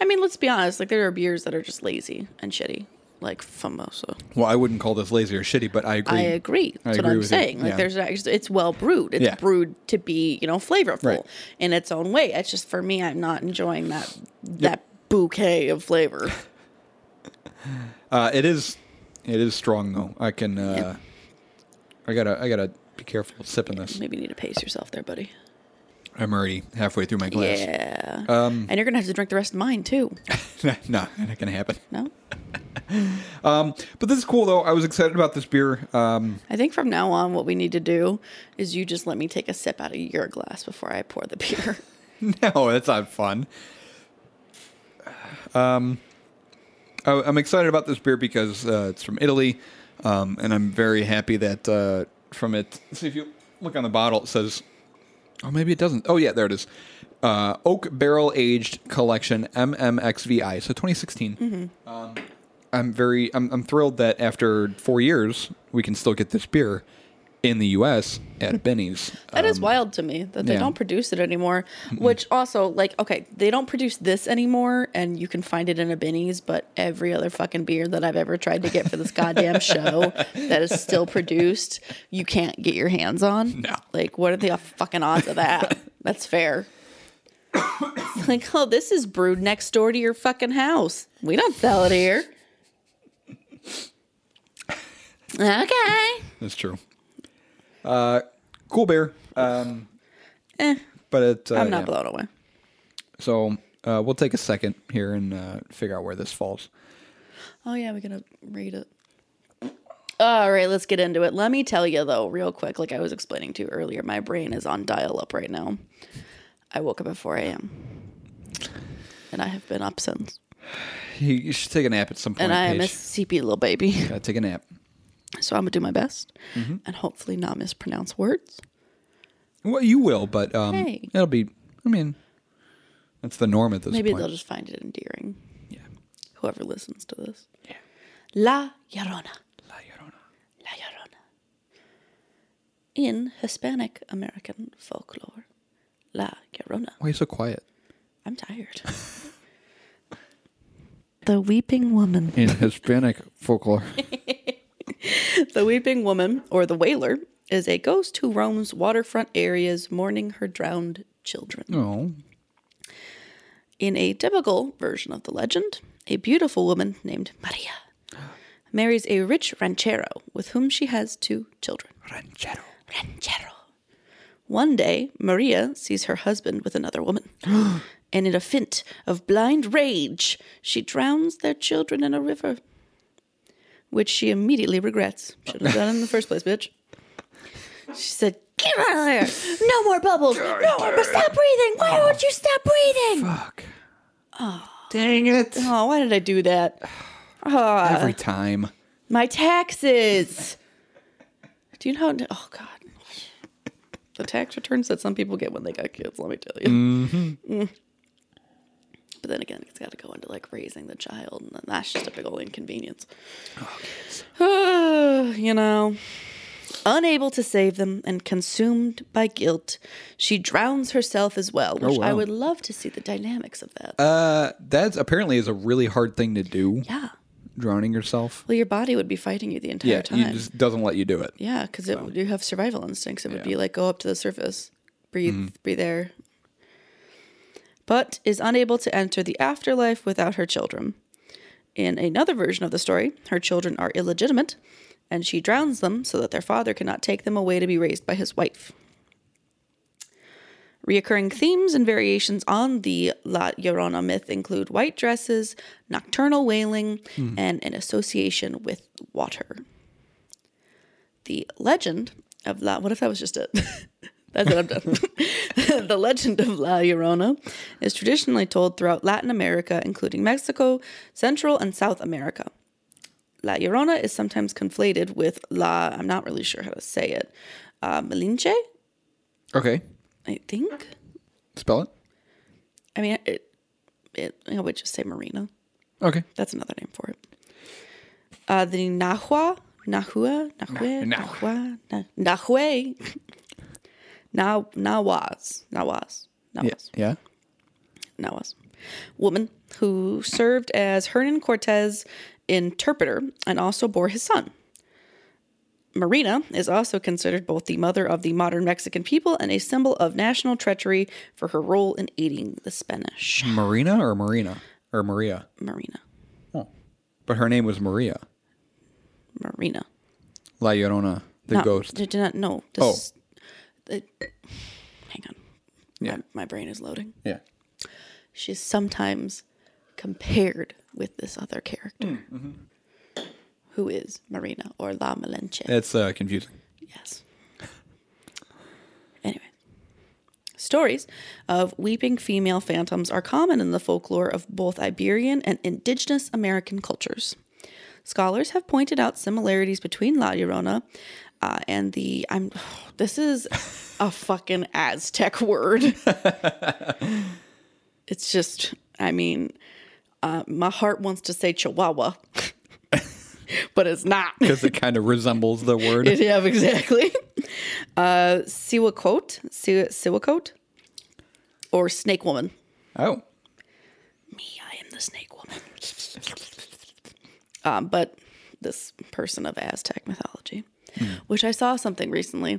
S3: I mean, let's be honest. Like there are beers that are just lazy and shitty, like Famoso.
S2: Well, I wouldn't call this lazy or shitty, but I agree.
S3: I agree.
S2: I
S3: That's
S2: agree
S3: what I'm
S2: with you.
S3: saying. Like
S2: Yeah.
S3: there's actually it's well brewed. It's
S2: Yeah.
S3: brewed to be, you know, flavorful
S2: Right.
S3: in its own way. It's just for me I'm not enjoying that that bouquet of flavor.
S2: Uh, it is it is strong though. I can. Uh,
S3: Yeah.
S2: I gotta I gotta be careful sipping this.
S3: Maybe you need to pace yourself there, buddy.
S2: I'm already halfway through my glass.
S3: Yeah.
S2: Um,
S3: and you're going to have to drink the rest of mine too.
S2: no, not gonna happen.
S3: No?
S2: But this is cool though. I was excited about this beer. Um,
S3: I think from now on what we need to do is you just let me take a sip out of your glass before I pour the beer.
S2: No, that's not fun. Um, I, I'm excited about this beer because uh, it's from Italy, um, and I'm very happy that uh, from it. See if you look on the bottle, it says, "Oh, maybe it doesn't." Oh, yeah, there it is. Uh, Oak Barrel Aged Collection MMXVI, so 2016. Um, I'm very, I'm, I'm thrilled that after four years, we can still get this beer in the U.S. at Benny's.
S3: That is wild to me that
S2: Um,
S3: they
S2: yeah.
S3: don't produce it anymore. Which also, like, okay, they don't produce this anymore, and you can find it in a Binnie's, but every other fucking beer that I've ever tried to get for this goddamn show that is still produced, you can't get your hands on.
S2: No.
S3: Like, what are the fucking odds of that? That's fair. It's like, oh, this is brewed next door to your fucking house. We don't sell it here. Okay.
S2: That's true. Uh, cool beer, um,
S3: Eh,
S2: but it. Uh,
S3: I'm not
S2: yeah.
S3: blown away.
S2: So uh, we'll take a second here and uh, figure out where this falls.
S3: Oh yeah, we're gonna read it. All right, let's get into it. Let me tell you though, real quick, like I was explaining to you earlier, my brain is on dial up right now. I woke up at 4 a.m. and I have been up since.
S2: You, you should take a nap at some point.
S3: And I am a
S2: Paige.
S3: sleepy little baby,
S2: Gotta take a nap.
S3: so I'm gonna do my best and hopefully not mispronounce words.
S2: Well, you will, but um,
S3: Hey.
S2: it'll be. I mean, that's the norm at this
S3: Maybe
S2: point.
S3: they'll just find it endearing.
S2: Yeah.
S3: Whoever listens to this. La Llorona. La Llorona. In Hispanic American folklore, La Llorona.
S2: Why are you so quiet?
S3: I'm tired. the Weeping Woman.
S2: In Hispanic folklore.
S3: The Weeping Woman, or the Wailer, is a ghost who roams waterfront areas mourning her drowned children.
S2: No.
S3: In a typical version of the legend, a beautiful woman named Maria marries a rich ranchero with whom she has two children.
S2: Ranchero.
S3: Ranchero. One day, Maria sees her husband with another woman. and in a fit of blind rage, she drowns their children in a river, which she immediately regrets. Should have done it in the first place, bitch. She said, Get out of there! No more bubbles! No more! But stop breathing! Why won't you stop breathing?
S2: Fuck. Dang it.
S3: Oh, why did I do that? Oh,
S2: Every time.
S3: my taxes. Do you know? How, oh God, the tax returns that some people get when they got kids. Let me tell you.
S2: Mm-hmm.
S3: Mm. But then again, it's got to go into like raising the child, and then that's just a big old inconvenience.
S2: Oh,
S3: you know. Unable to save them and consumed by guilt, she drowns herself as well. Which I
S2: Oh, wow.
S3: would love to see the dynamics of that.
S2: Uh, that apparently is a really hard thing to do.
S3: yeah.
S2: Drowning yourself.
S3: Well, your body would be fighting you the entire
S2: Yeah,
S3: time.
S2: it just doesn't let you do it.
S3: Yeah, because you have survival instincts. It would be like go up to the surface, breathe, breathe air. But is unable to enter the afterlife without her children. In another version of the story, her children are illegitimate, and she drowns them so that their father cannot take them away to be raised by his wife. Reoccurring themes and variations on the La Llorona myth include white dresses, nocturnal wailing, and an association with water the legend of La. What if that was just it? That's it. I'm done. the legend of La Llorona is traditionally told throughout Latin America, including Mexico, Central, and South America. La Llorona is sometimes conflated with La. I'm not really sure how to say it. Uh, Malinche,
S2: Okay.
S3: I think.
S2: Spell it.
S3: I mean, it, it. I would just say Marina.
S2: Okay.
S3: That's another name for it. Uh, the Nahua, Nahua, Nahue,
S2: Nah-
S3: Nahua, Nah- Nahue, Na- Nawas, Nawas,
S2: Yeah.
S3: Nawas,
S2: Yeah.
S3: Nawas, woman who served as Hernan Cortez interpreter and also bore his son. Marina is also considered both the mother of the modern Mexican people and a symbol of national treachery for her role in aiding the Spanish.
S2: Marina or Marina or Maria.
S3: Marina,
S2: But her name was Maria.
S3: Marina.
S2: La Llorona, the
S3: not,
S2: ghost.
S3: They did not know.
S2: Oh.
S3: This, it- hang on.
S2: Yeah.
S3: My, my brain is loading.
S2: Yeah.
S3: She's sometimes compared with this other character,
S2: Mm, mm-hmm.
S3: who is Marina or La Malinche.
S2: That's uh, confusing.
S3: yes. Anyway, Stories of weeping female phantoms are common in the folklore of both Iberian and indigenous American cultures. Scholars have pointed out similarities between La Llorona uh, and the I'm this is a fucking Aztec word. it's just I mean uh, my heart wants to say chihuahua but it's not.
S2: because it kind of resembles the word.
S3: yeah, exactly. Uh, Siwakote, Si- Siwakote, or Snake Woman.
S2: oh,
S3: Me, I am the Snake Woman. um, but this person of Aztec mythology, which I saw something recently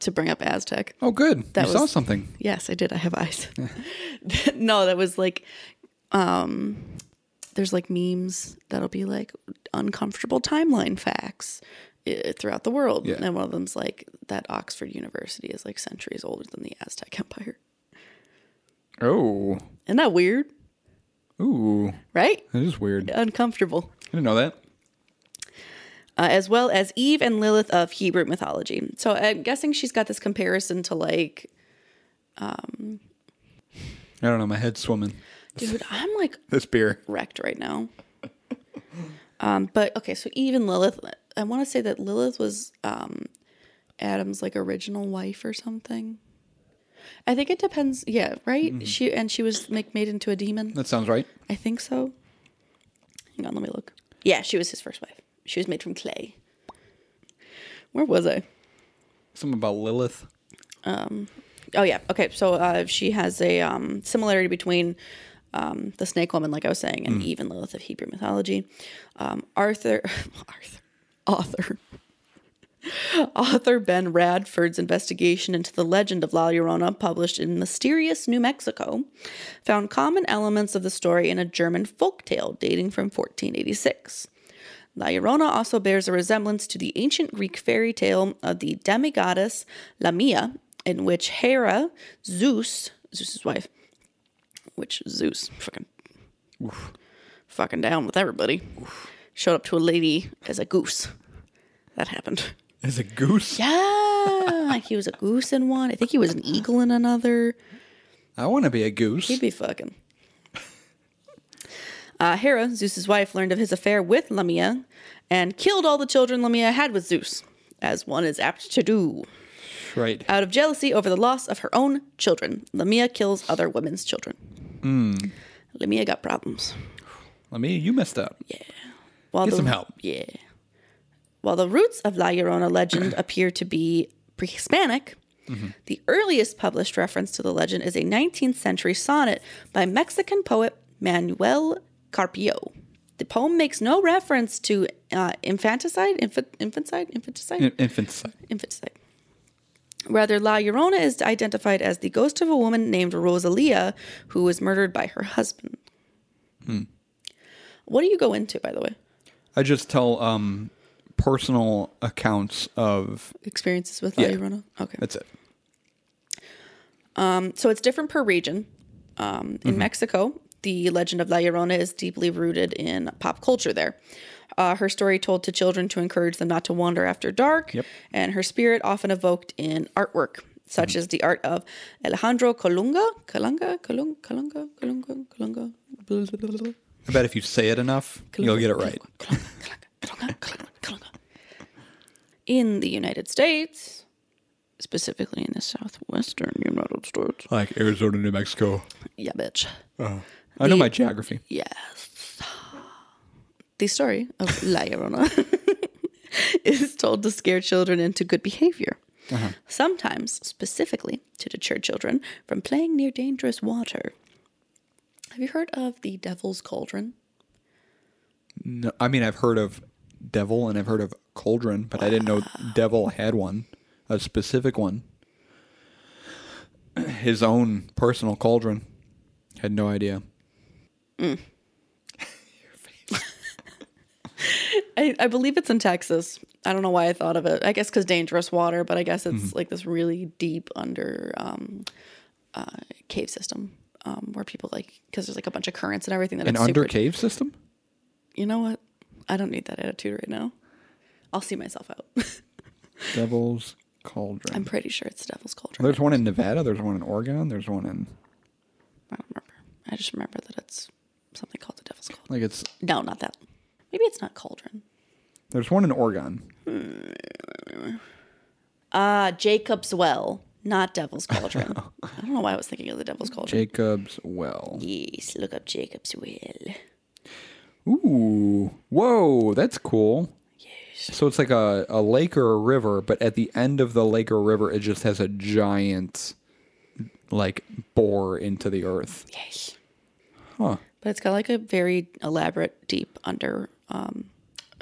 S3: to bring up Aztec.
S2: oh, good.
S3: That
S2: you saw
S3: was-
S2: something.
S3: Yes, I did. I have eyes. no, that was like, um, there's like memes that'll be like uncomfortable timeline facts eh, throughout the world.
S2: Yeah.
S3: And one of them's like that Oxford University is like centuries older than the Aztec Empire.
S2: Oh,
S3: Isn't that weird?
S2: ooh,
S3: Right?
S2: that is weird.
S3: Uncomfortable.
S2: I didn't know that.
S3: uh, as well as Eve and Lilith of Hebrew mythology. So I'm guessing she's got this comparison to like,
S2: I don't know. My head's swimming.
S3: dude, I'm like
S2: This beer.
S3: wrecked right now. um, but okay, so Eve and Lilith. I want to say that Lilith was um, Adam's like original wife or something. I think it depends. Yeah, right. She and she was like made into a demon.
S2: That sounds right.
S3: I think so. Hang on, let me look. Yeah, she was his first wife. She was made from clay. Where was I?
S2: Something about Lilith.
S3: Oh yeah. Okay. So uh, she has a um, similarity between um, the Snake Woman, like I was saying, and Eve and Lilith of Hebrew mythology. Um, Arthur, Arthur, author, author Ben Radford's investigation into the legend of La Llorona, published in Mysterious New Mexico, found common elements of the story in a German folktale dating from 1486. La Llorona also bears a resemblance to the ancient Greek fairy tale of the demigoddess Lamia, in which Hera, Zeus, Zeus's wife, which Zeus fucking fucking down with everybody, showed up to a lady as a goose. That happened.
S2: Is a goose?
S3: Yeah, he was a goose in one. I think he was an eagle in another.
S2: I want to be a goose.
S3: He'd be fucking. Uh, Hera, Zeus's wife, learned of his affair with Lamia and killed all the children Lamia had with Zeus, as one is apt to do.
S2: right.
S3: Out of jealousy over the loss of her own children, Lamia kills other women's children. Lamia got problems.
S2: Let me. You messed up.
S3: While
S2: Get some help.
S3: Yeah. While the roots of La Llorona legend appear to be pre Hispanic,
S2: Mm-hmm.
S3: the earliest published reference to the legend is a 19th century sonnet by Mexican poet Manuel Carpio. The poem makes no reference to uh, infanticide, infa- infanticide, infanticide,
S2: In- infanticide.
S3: infanticide. Rather, La Llorona is identified as the ghost of a woman named Rosalia who was murdered by her husband.
S2: Hmm.
S3: What do you go into, by the way?
S2: I just tell um personal accounts of.
S3: experiences with La
S2: Yeah.
S3: Llorona? Okay.
S2: That's it.
S3: so it's different per region. Um,
S2: Mm-hmm.
S3: in Mexico, the legend of La Llorona is deeply rooted in pop culture there. Uh, her story told to children to encourage them not to wander after dark,
S2: Yep.
S3: and her spirit often evoked in artwork,
S2: Mm-hmm.
S3: such as the art of Alejandro Colunga, Colunga, Colunga, Colunga, Colunga, Colunga, blah, blah, blah, blah.
S2: I bet if you say it enough, you'll get it right.
S3: In the United States, specifically in the southwestern United States.
S2: Like Arizona, New Mexico.
S3: Yeah, bitch.
S2: I know my geography.
S3: Yes. The story of La Llorona is told to scare children into good behavior.
S2: Uh-huh.
S3: Sometimes, specifically, to deter children from playing near dangerous water. Have you heard of the Devil's Cauldron?
S2: No, I mean, I've heard of devil and I've heard of cauldron, but I didn't know devil had one, a specific one. His own personal cauldron. Had no idea.
S3: I, I believe it's in Texas. I don't know why I thought of it. I guess because dangerous water, but I guess it's like this really deep under um, uh, cave system um, where people like because there's like a bunch of currents and everything that
S2: An
S3: it's super
S2: under cave system?
S3: you know what? I don't need that attitude right now. I'll see myself out.
S2: Devil's Cauldron.
S3: I'm pretty sure it's Devil's Cauldron.
S2: There's one in Nevada. There's one in Oregon. There's one in
S3: I don't remember. I just remember that it's something called the Devil's Cauldron.
S2: like it's
S3: No, not that. Maybe it's not Cauldron.
S2: there's one in Oregon.
S3: Uh, Jacob's Well, not Devil's Cauldron. I don't know why I was thinking of the Devil's Cauldron.
S2: Jacob's Well.
S3: yes, look up Jacob's Well.
S2: Ooh, whoa, that's cool. So it's like a, a lake or a river, but at the end of the lake or river, it just has a giant, like, bore into the earth.
S3: Yes.
S2: Huh.
S3: But it's got like a very elaborate, deep under um,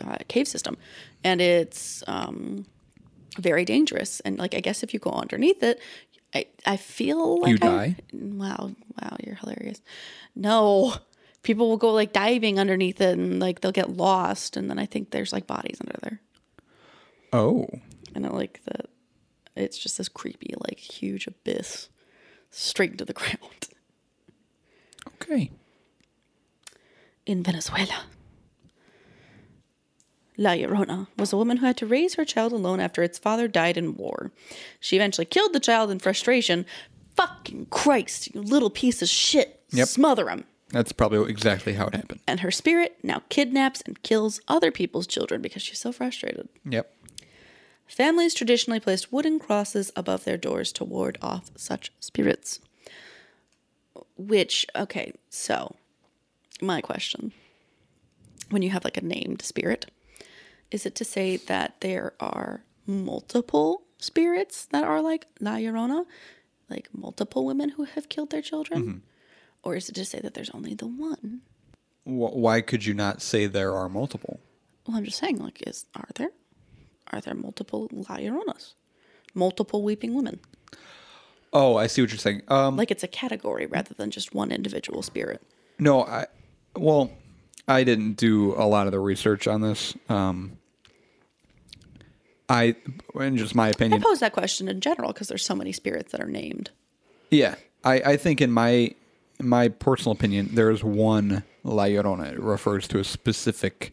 S3: uh, cave system, and it's um, very dangerous. And like I guess if you go underneath it, I I feel like
S2: You
S3: I-
S2: die?
S3: Wow, wow, you're hilarious. No, people will go like diving underneath it, and like they'll get lost, and then I think there's like bodies under there,
S2: Oh,
S3: and I like that. It's just this creepy, like huge abyss, straight into the ground
S2: okay.
S3: in Venezuela. La Llorona was a woman who had to raise her child alone after its father died in war. She eventually killed the child in frustration. Fucking Christ, you little piece of shit.
S2: Yep.
S3: Smother him.
S2: That's probably exactly how it happened.
S3: And her spirit now kidnaps and kills other people's children because she's so frustrated.
S2: Yep.
S3: Families traditionally placed wooden crosses above their doors to ward off such spirits. Which, okay, so my question when you have like a named spirit, is it to say that there are multiple spirits that are like La Llorona, like multiple women who have killed their children? Or is it to say that there's only the one?
S2: Wh- why could you not say there are multiple?
S3: Well, I'm just saying, like, is are there are there multiple La Lloronas, multiple weeping women?
S2: Oh, I see what you're saying. Um,
S3: like it's a category rather than just one individual spirit.
S2: No, I well, I didn't do a lot of the research on this. Um, I in just my
S3: I
S2: opinion.
S3: pose that question in general because there's so many spirits that are named.
S2: Yeah, I, I think in my my personal opinion, there is one La Llorona. It refers to a specific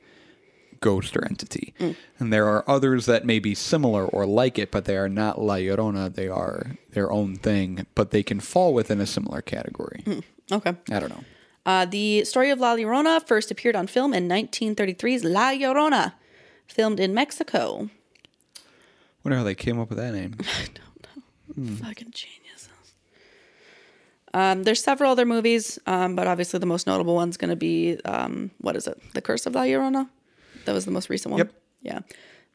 S2: ghost or entity, and there are others that may be similar or like it, but they are not La Llorona. They are their own thing, but they can fall within a similar category.
S3: Okay.
S2: I don't know.
S3: Uh, the story of La Llorona first appeared on film in 1933's La Llorona, filmed in Mexico.
S2: Wonder how they came up with that name. Mm-hmm.
S3: Fucking geniuses. Um, there's several other movies, um, but obviously the most notable one's going to be um, what is it? The Curse of La Llorona. That was the most recent one.
S2: Yep.
S3: Yeah.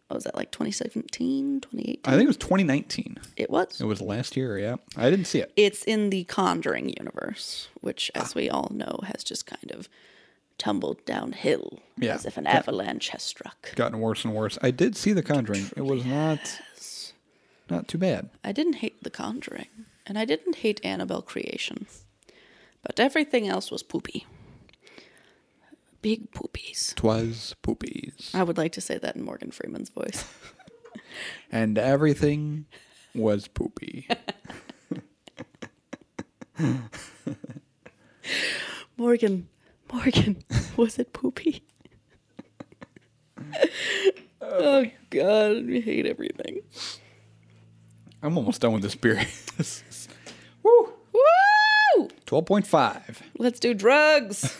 S3: What was that like 2017, 2018?
S2: I think it was 2019.
S3: it was.
S2: It was last year, yeah. I didn't see it.
S3: it's in the Conjuring universe, which,
S2: Ah.
S3: as we all know, has just kind of tumbled downhill
S2: Yeah.
S3: as if an avalanche has struck.
S2: Gotten worse and worse. I did see The Conjuring. It was not not too bad.
S3: I didn't hate The Conjuring, and I didn't hate Annabelle Creation, but everything else was poopy. Big poopies.
S2: Twas poopies,
S3: I would like to say that in Morgan Freeman's voice.
S2: and everything was poopy.
S3: Morgan, Morgan, was it poopy? oh, God, I hate everything.
S2: I'm almost done with this beer.
S3: Woo! Woo!
S2: Twelve point five.
S3: Let's do drugs.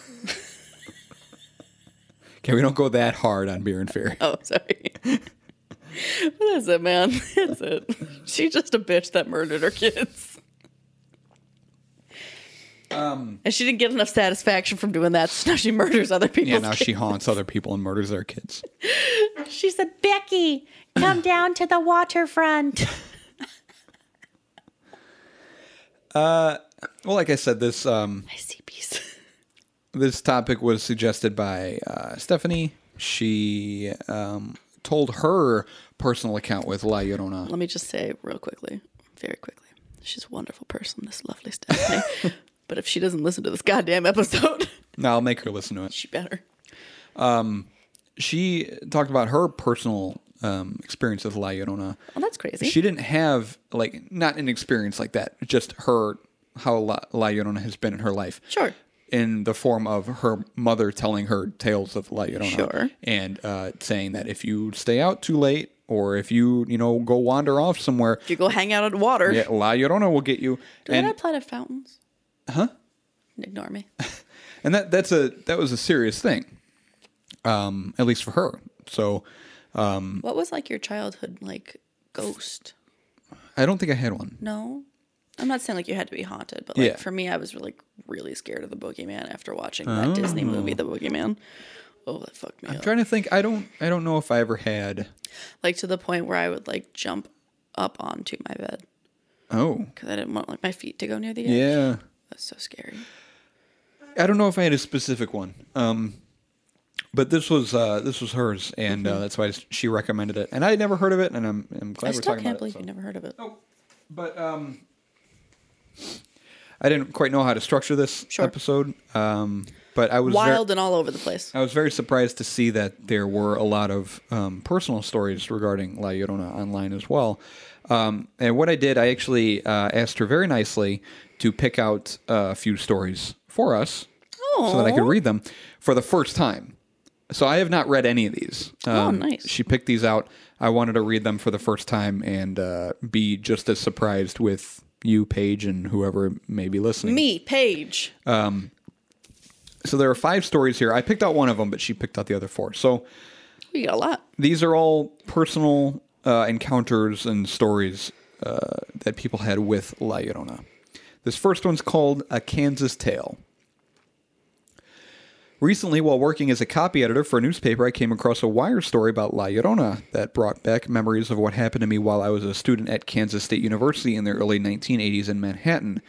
S2: Okay, we don't go that hard on beer and fear.
S3: Oh, sorry. That's it, man. That's it. She's just a bitch that murdered her kids. Um, and she didn't get enough satisfaction from doing that, so now she murders other people.
S2: Yeah, now she haunts other people and murders their kids.
S3: she said, Becky, come down to the waterfront.
S2: Well, like I said, this um,
S3: I see peace.
S2: this topic was suggested by uh, Stephanie. She um, told her personal account with La Llorona.
S3: Let me just say real quickly, very quickly. She's a wonderful person, this lovely Stephanie. but if she doesn't listen to this goddamn episode,
S2: No, I'll make her listen to it.
S3: she better.
S2: she talked about her personal um, experience with La Llorona.
S3: Well, Oh, that's crazy.
S2: She didn't have like not an experience like that, just her how La, La Llorona has been in her life.
S3: Sure.
S2: In the form of her mother telling her tales of La Llorona,
S3: Sure.
S2: and uh, saying that if you stay out too late or if you you know go wander off somewhere,
S3: You go hang out at water.
S2: yeah, La Llorona will get you.
S3: Do
S2: and
S3: they not apply to fountains? Huh? Ignore me.
S2: and that that's a that was a serious thing, um, at least for her. So
S3: what was like your childhood like ghost?
S2: I don't think I had one.
S3: No, I'm not saying like you had to be haunted, but like
S2: Yeah.
S3: for me, I was like really scared of the boogeyman after watching that Disney movie, The Boogeyman. Oh, that fucked me up.
S2: I'm trying to think. I don't I don't know if I ever had.
S3: like to the point where I would like jump up onto my bed
S2: Oh
S3: because I didn't want like my feet to go near the edge.
S2: yeah,
S3: That's so scary.
S2: I don't know if I had a specific one. Um, but this was uh, this was hers, and uh, that's why she recommended it. And I had never heard of it, and I'm I'm glad
S3: Mm-hmm. I
S2: we're
S3: still
S2: talking
S3: can't
S2: about it.
S3: believe
S2: so. Oh,
S3: you never heard of it.
S2: But um, I didn't quite know how to structure this
S3: Sure.
S2: episode. Um, but I was ver-
S3: Wild and all over the place.
S2: I was very surprised to see that there were a lot of um, personal stories regarding La Llorona online as well. Um, and what I did, I actually uh, asked her very nicely to pick out uh, a few stories for us so that I could
S3: Aw.
S2: read them for the first time. So I have not read any of these.
S3: Oh,
S2: Um,
S3: nice.
S2: She picked these out. I wanted to read them for the first time and uh, be just as surprised with you, Paige, and whoever may be listening.
S3: Me, Paige.
S2: So there are five stories here. I picked out one of them, but she picked out the other four. So
S3: we got a lot.
S2: these are all personal uh, encounters and stories uh, that people had with La Llorona. This first one's called A Kansas Tale. Recently, while working as a copy editor for a newspaper, I came across a wire story about La Llorona that brought back memories of what happened to me while I was a student at Kansas State University in the early 1980s in Manhattan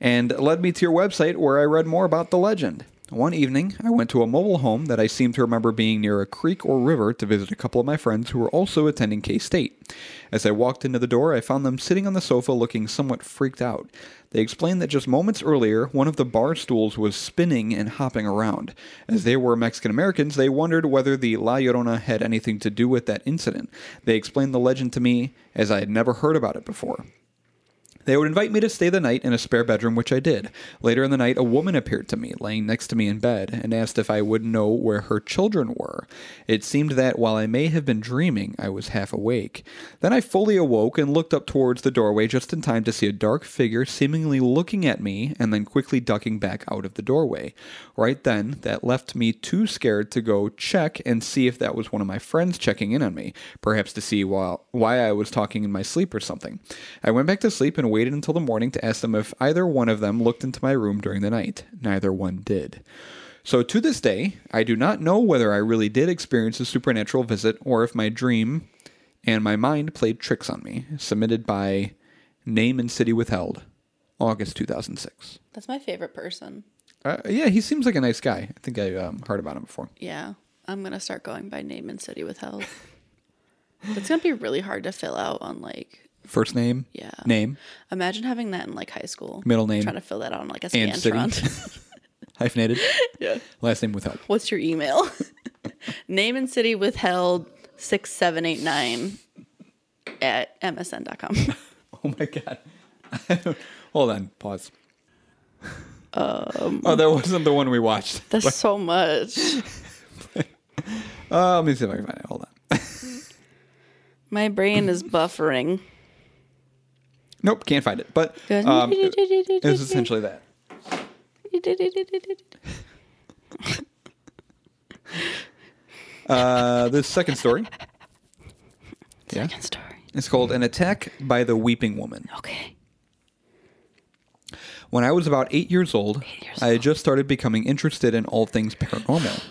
S2: and led me to your website where I read more about the legend. One evening, I went to a mobile home that I seem to remember being near a creek or river to visit a couple of my friends who were also attending K State. As I walked into the door, I found them sitting on the sofa looking somewhat freaked out. They explained that just moments earlier, one of the bar stools was spinning and hopping around. As they were Mexican Americans, they wondered whether the La Llorona had anything to do with that incident. They explained the legend to me as I had never heard about it before. They would invite me to stay the night in a spare bedroom, which I did. Later in the night, a woman appeared to me, laying next to me in bed, and asked if I would know where her children were. It seemed that while I may have been dreaming, I was half awake. Then I fully awoke and looked up towards the doorway just in time to see a dark figure seemingly looking at me and then quickly ducking back out of the doorway. Right then, that left me too scared to go check and see if that was one of my friends checking in on me, perhaps to see while, why I was talking in my sleep or something. I went back to sleep and waited until the morning to ask them if either one of them looked into my room during the night. Neither one did. So to this day, I do not know whether I really did experience a supernatural visit or if my dream and my mind played tricks on me. Submitted by Name and City Withheld, August 2006.
S3: That's my favorite person.
S2: Uh, yeah, he seems like a nice guy. I think I um, heard about him before.
S3: Yeah. I'm gonna start going by name and city with health. It's gonna be really hard to fill out on like
S2: First name,
S3: Yeah.
S2: name,
S3: imagine having that in like high school.
S2: Middle name.
S3: Trying to fill that out on like a
S2: and city.
S3: scantron.
S2: Hyphenated.
S3: yeah.
S2: Last name withheld.
S3: What's your email? name and city withheld six seven eight nine at msn.com.
S2: Oh my god. Hold on. Pause.
S3: Um.
S2: oh, that wasn't the one we watched.
S3: That's so much.
S2: Uh, let me see if I can find it. Hold on.
S3: My brain is buffering.
S2: Nope, can't find it. But
S3: Goes-
S2: um, it it was essentially that. Uh, this second story. Yeah.
S3: Second story.
S2: It's called An Attack by the Weeping Woman.
S3: Okay.
S2: When I was about eight years old,
S3: years
S2: I had just started becoming interested in all things paranormal.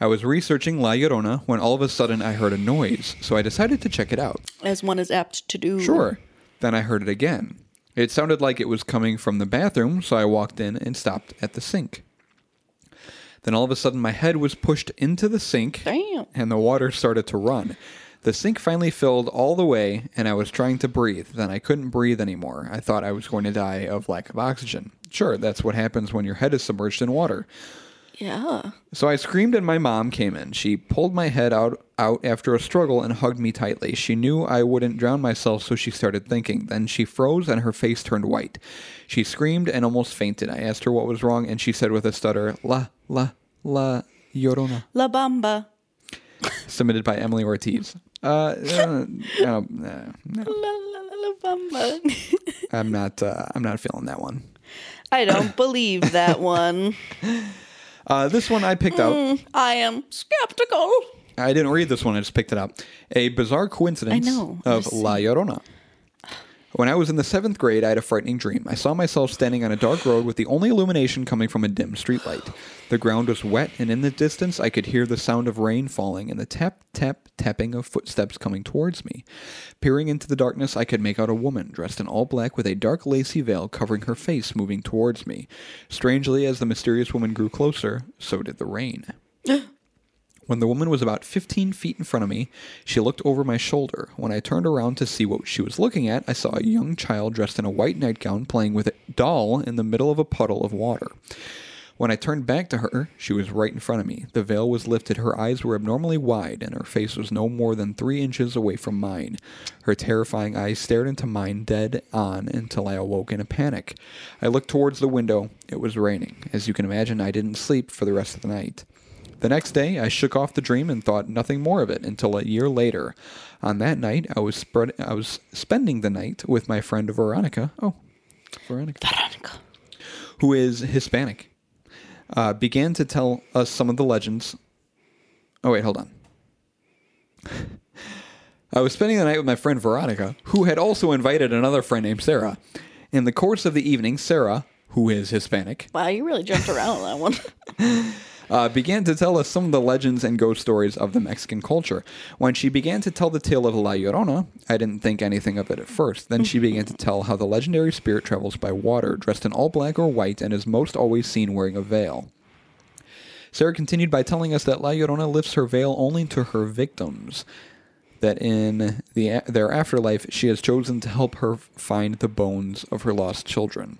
S2: I was researching La Llorona when all of a sudden I heard a noise, so I decided to check it out.
S3: As one is apt to do.
S2: Sure. Then I heard it again. It sounded like it was coming from the bathroom, so I walked in and stopped at the sink. Then all of a sudden, my head was pushed into the sink,
S3: Damn.
S2: and the water started to run. The sink finally filled all the way, and I was trying to breathe. Then I couldn't breathe anymore. I thought I was going to die of lack of oxygen. Sure, that's what happens when your head is submerged in water.
S3: Yeah.
S2: So I screamed and my mom came in. She pulled my head out out after a struggle and hugged me tightly. She knew I wouldn't drown myself, so she started thinking. Then she froze and her face turned white. She screamed and almost fainted. I asked her what was wrong and she said with a stutter, "La la la Llorona."
S3: La Bamba.
S2: Submitted by Emily Ortiz. Uh, uh, no, no, no,
S3: La, la, la, la, bum, bum.
S2: I'm not. Uh, I'm not feeling that one.
S3: I don't believe that one.
S2: Uh, this one I picked out.
S3: I am skeptical.
S2: I didn't read this one. I just picked it up. A bizarre coincidence
S3: I know, I
S2: of
S3: was
S2: La Llorona. When I was in the seventh grade, I had a frightening dream. I saw myself standing on a dark road with the only illumination coming from a dim streetlight. The ground was wet, and in the distance, I could hear the sound of rain falling and the tap, tap, tapping of footsteps coming towards me. Peering into the darkness, I could make out a woman dressed in all black with a dark lacy veil covering her face moving towards me. Strangely, as the mysterious woman grew closer, so did the rain. When the woman was about 15 feet in front of me, she looked over my shoulder. When I turned around to see what she was looking at, I saw a young child dressed in a white nightgown playing with a doll in the middle of a puddle of water. When I turned back to her, she was right in front of me. The veil was lifted, her eyes were abnormally wide, and her face was no more than three inches away from mine. Her terrifying eyes stared into mine dead on until I awoke in a panic. I looked towards the window. It was raining. As you can imagine, I didn't sleep for the rest of the night. The next day, I shook off the dream and thought nothing more of it until a year later. On that night, I was spread, I was spending the night with my friend Veronica. Oh, Veronica,
S1: Veronica.
S2: who is Hispanic, uh, began to tell us some of the legends. Oh wait, hold on. I was spending the night with my friend Veronica, who had also invited another friend named Sarah. In the course of the evening, Sarah, who is Hispanic,
S3: Wow, you really jumped around on that one.
S2: uh, began to tell us some of the legends and ghost stories of the Mexican culture. When she began to tell the tale of La Llorona, I didn't think anything of it at first. Then she began to tell how the legendary spirit travels by water, dressed in all black or white, and is most always seen wearing a veil. Sarah continued by telling us that La Llorona lifts her veil only to her victims. That in the their afterlife, she has chosen to help her find the bones of her lost children.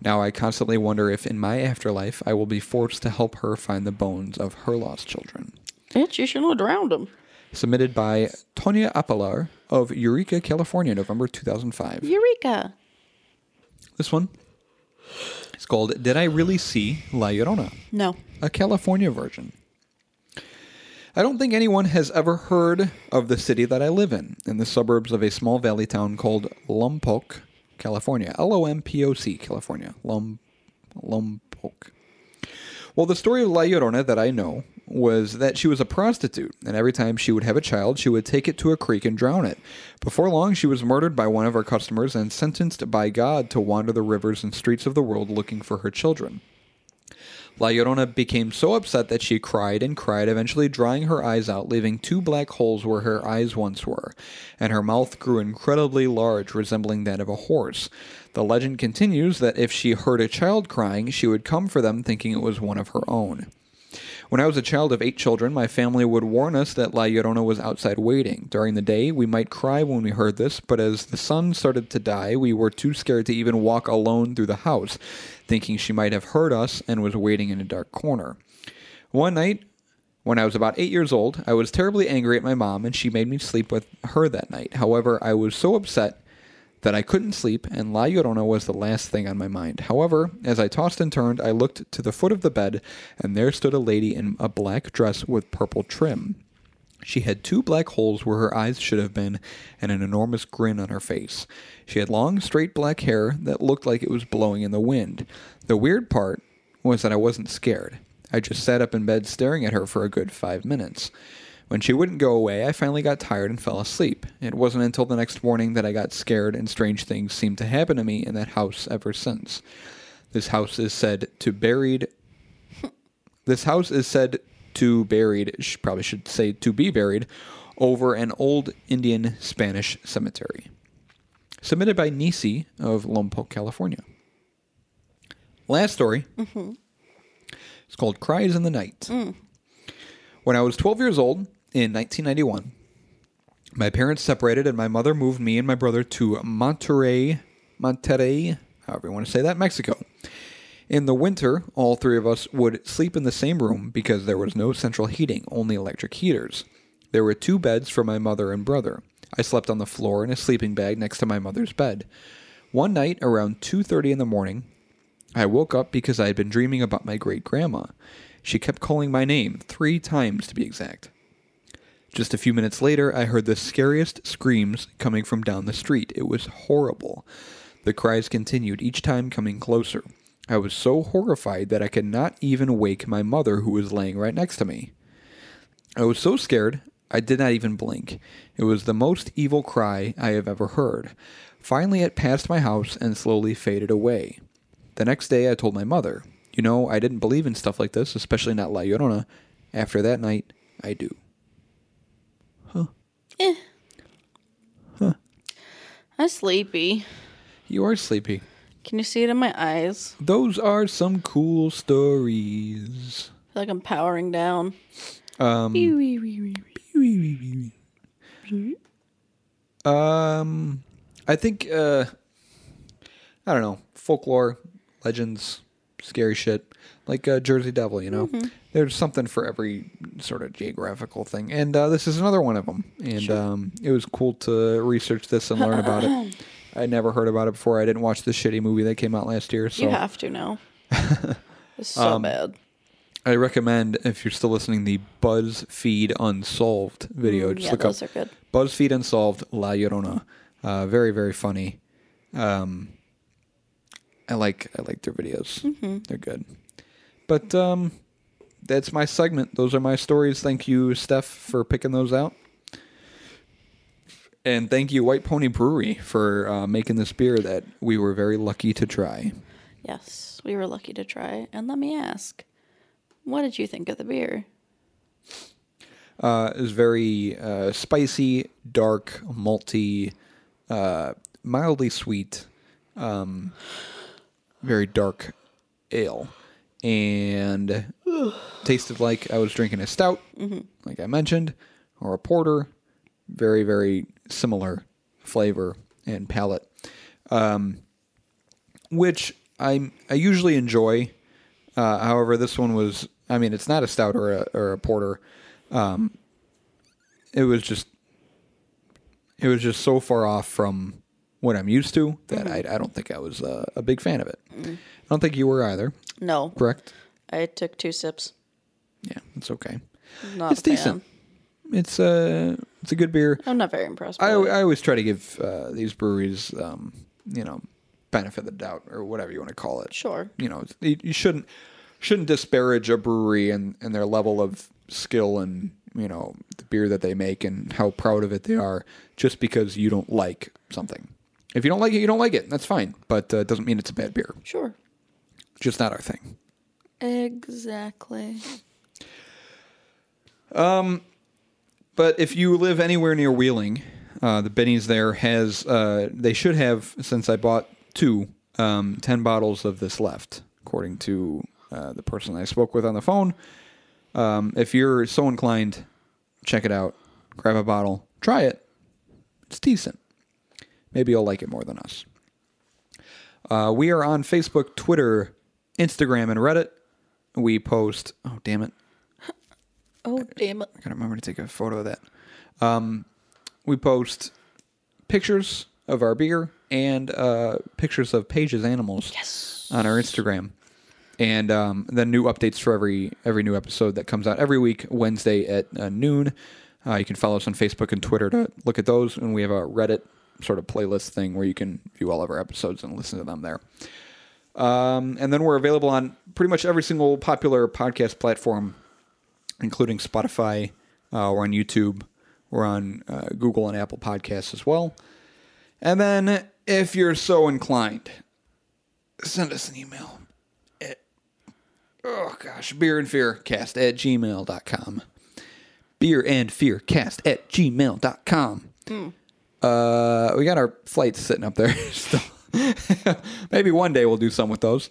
S2: Now I constantly wonder if in my afterlife I will be forced to help her find the bones of her lost children.
S3: Bitch, you shouldn't have drowned him.
S2: Submitted by Tonya Apelar of Eureka, California, November 2005.
S3: Eureka.
S2: This one is called Did I Really See La Llorona?
S3: No.
S2: a California version. I don't think anyone has ever heard of the city that I live in, in the suburbs of a small valley town called Lompoc, California. L O M P O C, California. Lom, Lompoc. Well, the story of La Llorona that I know was that she was a prostitute, and every time she would have a child, she would take it to a creek and drown it. Before long, she was murdered by one of her customers and sentenced by God to wander the rivers and streets of the world looking for her children. La Llorona became so upset that she cried and cried, eventually drying her eyes out, leaving two black holes where her eyes once were, and her mouth grew incredibly large, resembling that of a horse. The legend continues that if she heard a child crying, she would come for them, thinking it was one of her own. When I was a child of eight children, my family would warn us that La Llorona was outside waiting. During the day, we might cry when we heard this, but as the sun started to die, we were too scared to even walk alone through the house, thinking she might have heard us and was waiting in a dark corner. One night, when I was about eight years old, I was terribly angry at my mom, and she made me sleep with her that night. However, I was so upset that I couldn't sleep, and La Llorona was the last thing on my mind. However, as I tossed and turned, I looked to the foot of the bed, and there stood a lady in a black dress with purple trim. She had two black holes where her eyes should have been, and an enormous grin on her face. She had long, straight black hair that looked like it was blowing in the wind. The weird part was that I wasn't scared. I just sat up in bed staring at her for a good five minutes. When she wouldn't go away, I finally got tired and fell asleep. It wasn't until the next morning that I got scared, and strange things seemed to happen to me in that house ever since. This house is said to buried. This house is said to buried. sh- Probably should say to be buried, over an old Indian Spanish cemetery. Submitted by Nisi of Lompoc, California. Last story. It's called Cries in the Night. When I was 12 years old in 1991, my parents separated and my mother moved me and my brother to Monterrey, Monterrey, however you want to say that, Mexico. In the winter, all three of us would sleep in the same room because there was no central heating, only electric heaters. There were two beds for my mother and brother. I slept on the floor in a sleeping bag next to my mother's bed. One night around 2:30 in the morning, I woke up because I had been dreaming about my great grandma. She kept calling my name, three times to be exact. Just a few minutes later, I heard the scariest screams coming from down the street. It was horrible. The cries continued, each time coming closer. I was so horrified that I could not even wake my mother, who was laying right next to me. I was so scared, I did not even blink. It was the most evil cry I have ever heard. Finally, it passed my house and slowly faded away. The next day, I told my mother, You know, I didn't believe in stuff like this, especially not La Llorona. After that night, I do.
S3: Eh. Huh. I'm sleepy.
S2: You are sleepy.
S3: Can you see it in my eyes?
S2: Those are some cool stories.
S3: I feel like I'm powering down.
S2: Um, um I think uh I don't know, folklore, legends, scary shit. Like uh, Jersey Devil, you know. There's something for every sort of geographical thing. And uh, this is another one of them. And um it was cool to research this and learn about it. I never heard about it before. I didn't watch the shitty movie that came out last year, so
S3: You have to now. it's so
S2: Um,
S3: bad.
S2: I recommend if you're still listening the BuzzFeed Unsolved video. Just
S3: Mm, yeah,
S2: look
S3: those
S2: up
S3: are good.
S2: BuzzFeed Unsolved La Llorona. Uh, very very funny. Um, I like I like their videos.
S3: Mm-hmm.
S2: They're good. But um, that's my segment. Those are my stories. Thank you, Steph, for picking those out. And thank you, White Pony Brewery, for uh, making this beer that we were very lucky to try.
S3: Yes, we were lucky to try. And let me ask, what did you think of the beer?
S2: uh, is very uh, spicy, dark, malty, uh, mildly sweet, um, very dark ale, and tasted like I was drinking a stout, like I mentioned, or a porter. Very, very similar flavor and palate, um, which I I usually enjoy. Uh, however, this one was. I mean, it's not a stout or a, or a porter it was just it was just so far off from what I'm used to that I, I don't think I was uh, a big fan of it. I don't think you were either,
S3: No,
S2: correct?
S3: I took two sips.
S2: Yeah, it's okay.
S3: Not
S2: it's decent. It's uh, it's a good beer.
S3: I'm not very impressed.
S2: I,
S3: by it.
S2: I always try to give uh, these breweries, um, you know, benefit of the doubt or whatever you want to call it.
S3: sure.
S2: You know, it's- you, you shouldn't shouldn't disparage a brewery and, and their level of skill and you know the beer that they make and how proud of it they are just because you don't like something. If you don't like it, you don't like it. That's fine, but uh, it doesn't mean it's a bad beer.
S3: Sure.
S2: Just not our thing.
S3: Exactly.
S2: Um, But if you live anywhere near Wheeling, uh, the Benny's there has uh, they should have since I bought two um, ten bottles of this left, according to uh, the person I spoke with on the phone. Um, if you're so inclined, check it out. Grab a bottle, try it. It's decent. Maybe you'll like it more than us. Uh, we are on Facebook, Twitter, Instagram, and Reddit. We post. Oh damn it!
S3: Oh damn it!
S2: I gotta remember to take a photo of that. Um, we post pictures of our beer and uh, pictures of Paige's animals on our Instagram, and um, then new updates for every every new episode that comes out every week Wednesday at uh, noon. Uh, you can follow us on Facebook and Twitter to look at those, and we have a Reddit sort of playlist thing where you can view all of our episodes and listen to them there. Um, and then we're available on pretty much every single popular podcast platform including Spotify. Uh, we're on YouTube. We're on uh, Google and Apple Podcasts as well. And then, if you're so inclined, send us an email at, oh gosh, beer and fear cast at gmail.com. Beer and fear cast at gmail.com. Uh, we got our flights sitting up there still. Maybe one day we'll do some with those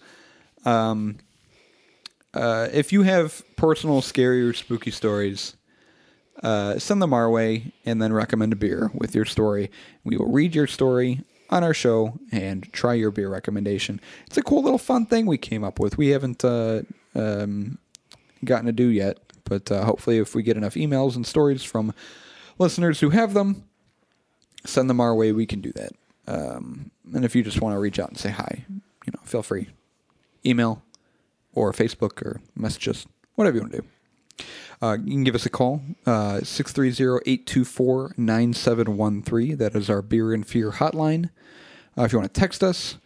S2: Uh, if you have personal scary or spooky stories, uh, send them our way and then recommend a beer with your story. We will read your story on our show and try your beer recommendation. It's a cool little fun thing we came up with. We haven't uh, um, gotten to do yet, but uh, hopefully, if we get enough emails and stories from listeners who have them, send them our way. We can do that. Um, and if you just want to reach out and say hi, you know, feel free. Email, or Facebook or message us, whatever you want to do. Uh, you can give us a call, uh, 630 824 9713. That is our Beer and Fear hotline. Uh, if you want to text us,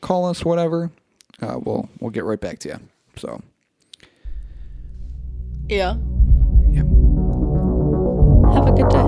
S2: call us, whatever, uh, we'll, we'll get right back to you. So,
S3: Yeah.
S2: yeah.
S3: Have a good day.